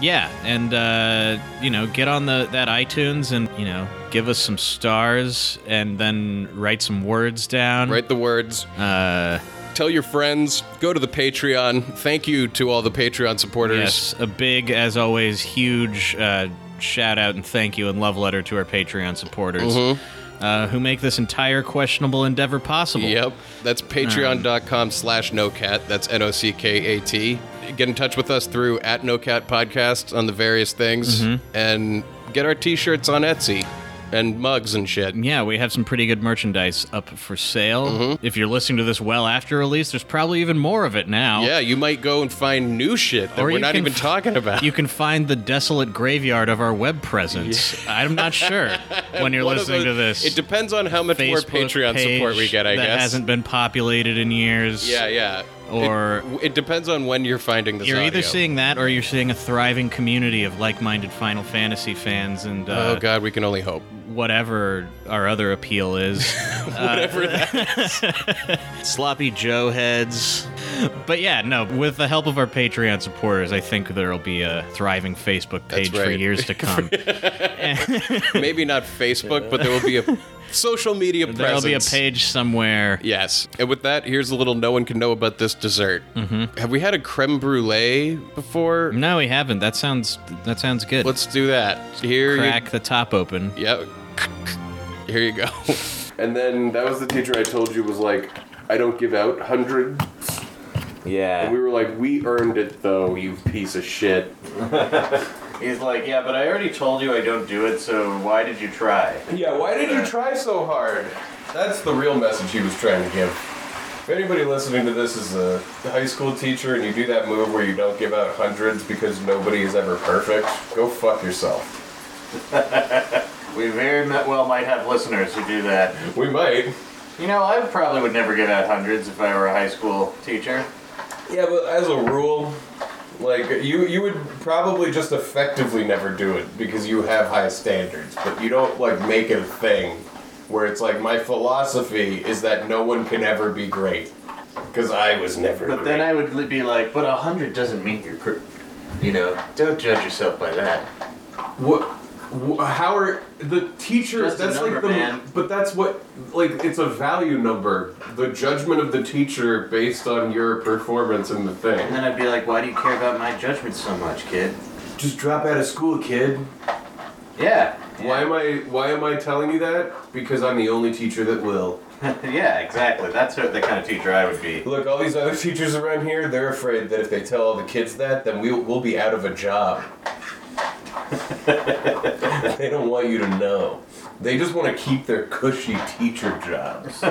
[SPEAKER 3] Yeah, and uh, you know, get on the that iTunes and you know, give us some stars, and then write some words down.
[SPEAKER 4] Write the words.
[SPEAKER 3] Uh,
[SPEAKER 4] Tell your friends. Go to the Patreon. Thank you to all the Patreon supporters.
[SPEAKER 3] yes, a big, as always, huge uh, shout out and thank you and love letter to our Patreon supporters
[SPEAKER 1] Mm-hmm.
[SPEAKER 3] uh, who make this entire questionable endeavor possible.
[SPEAKER 4] Yep. That's patreon.com slash nocat. That's N O C K A T. Get in touch with us through at nocat podcast on the various things
[SPEAKER 3] Mm-hmm.
[SPEAKER 4] and get our t shirts on Etsy and mugs and shit.
[SPEAKER 3] Yeah, we have some pretty good merchandise up for sale.
[SPEAKER 4] Mm-hmm.
[SPEAKER 3] If you're listening to this well after release, there's probably even more of it now.
[SPEAKER 4] Yeah, you might go and find new shit that
[SPEAKER 3] Or
[SPEAKER 4] we're
[SPEAKER 3] you
[SPEAKER 4] not
[SPEAKER 3] can
[SPEAKER 4] even
[SPEAKER 3] f-
[SPEAKER 4] talking about.
[SPEAKER 3] You can find the desolate graveyard of our web presence. I'm not sure when you're
[SPEAKER 4] One of
[SPEAKER 3] listening
[SPEAKER 4] those-
[SPEAKER 3] to this.
[SPEAKER 4] It depends on how much more
[SPEAKER 3] Facebook
[SPEAKER 4] Patreon
[SPEAKER 3] page
[SPEAKER 4] support we get, I
[SPEAKER 3] that
[SPEAKER 4] guess.
[SPEAKER 3] hasn't been populated in years.
[SPEAKER 4] yeah, yeah.
[SPEAKER 3] Or-
[SPEAKER 4] it, it depends on when you're finding this.
[SPEAKER 3] You're either
[SPEAKER 4] audio.
[SPEAKER 3] seeing that or you're seeing a thriving community of like-minded Final Fantasy fans and
[SPEAKER 4] Oh
[SPEAKER 3] uh,
[SPEAKER 4] God, we can only hope.
[SPEAKER 3] whatever our other appeal is. Uh,
[SPEAKER 4] Whatever that.
[SPEAKER 2] Sloppy Joe heads.
[SPEAKER 3] but yeah, no, with the help of our Patreon supporters, I think there'll be a thriving Facebook page for
[SPEAKER 4] right.
[SPEAKER 3] years to come.
[SPEAKER 4] Maybe not Facebook, but there will be a social media
[SPEAKER 3] There'll
[SPEAKER 4] presence.
[SPEAKER 3] be a page somewhere.
[SPEAKER 4] Yes. And with that, here's a little no one can know about this dessert. Mm-hmm. Have we had a creme brulee before?
[SPEAKER 3] No, we haven't. That sounds that sounds good.
[SPEAKER 4] Let's do that. Here
[SPEAKER 3] crack the top open.
[SPEAKER 4] you. Yeah. Here you go.
[SPEAKER 1] And then that was the teacher I told you was like, I don't give out hundred. And we
[SPEAKER 2] Yeah.
[SPEAKER 1] were like, we earned it though, you piece of shit.
[SPEAKER 5] He's like, yeah, but I already told you I don't do it, so why did you try?
[SPEAKER 1] Yeah, why did you try so hard? That's the real message he was trying to give. If anybody listening to this is a high school teacher and you do that move where you don't give out hundreds because nobody is ever perfect, go fuck yourself.
[SPEAKER 5] We very mi- well might have listeners who do that.
[SPEAKER 1] We might.
[SPEAKER 5] You know, I probably would never get out hundreds if I were a high school teacher.
[SPEAKER 1] Yeah, but as a rule, like you you would probably just effectively never do it because you have high standards, but you don't like make it a thing where it's like my philosophy is that no one can ever be great because I was never.
[SPEAKER 5] But
[SPEAKER 1] great.
[SPEAKER 5] then I would li- be like, but a hundred doesn't mean you're, cr-. you know, don't judge yourself by that.
[SPEAKER 1] What? wh- How are the teachers?
[SPEAKER 5] Just a
[SPEAKER 1] that's
[SPEAKER 5] number,
[SPEAKER 1] like the.
[SPEAKER 5] man.
[SPEAKER 1] But that's what like it's a value number. The judgment of the teacher based on your performance in the
[SPEAKER 5] And
[SPEAKER 1] thing.
[SPEAKER 5] then I'd be like, why do you care about my judgment so much, kid?
[SPEAKER 1] Just drop out of school, kid.
[SPEAKER 5] Yeah.
[SPEAKER 1] Why am I? Why am I telling you that? Because I'm the only teacher that will.
[SPEAKER 5] yeah, exactly. That's what the kind of teacher I would be.
[SPEAKER 1] Look, all these other teachers around here, they're afraid that if they tell all the kids that, then we'll, we'll be out of a job. they don't want you to know. They just want to keep their cushy teacher jobs.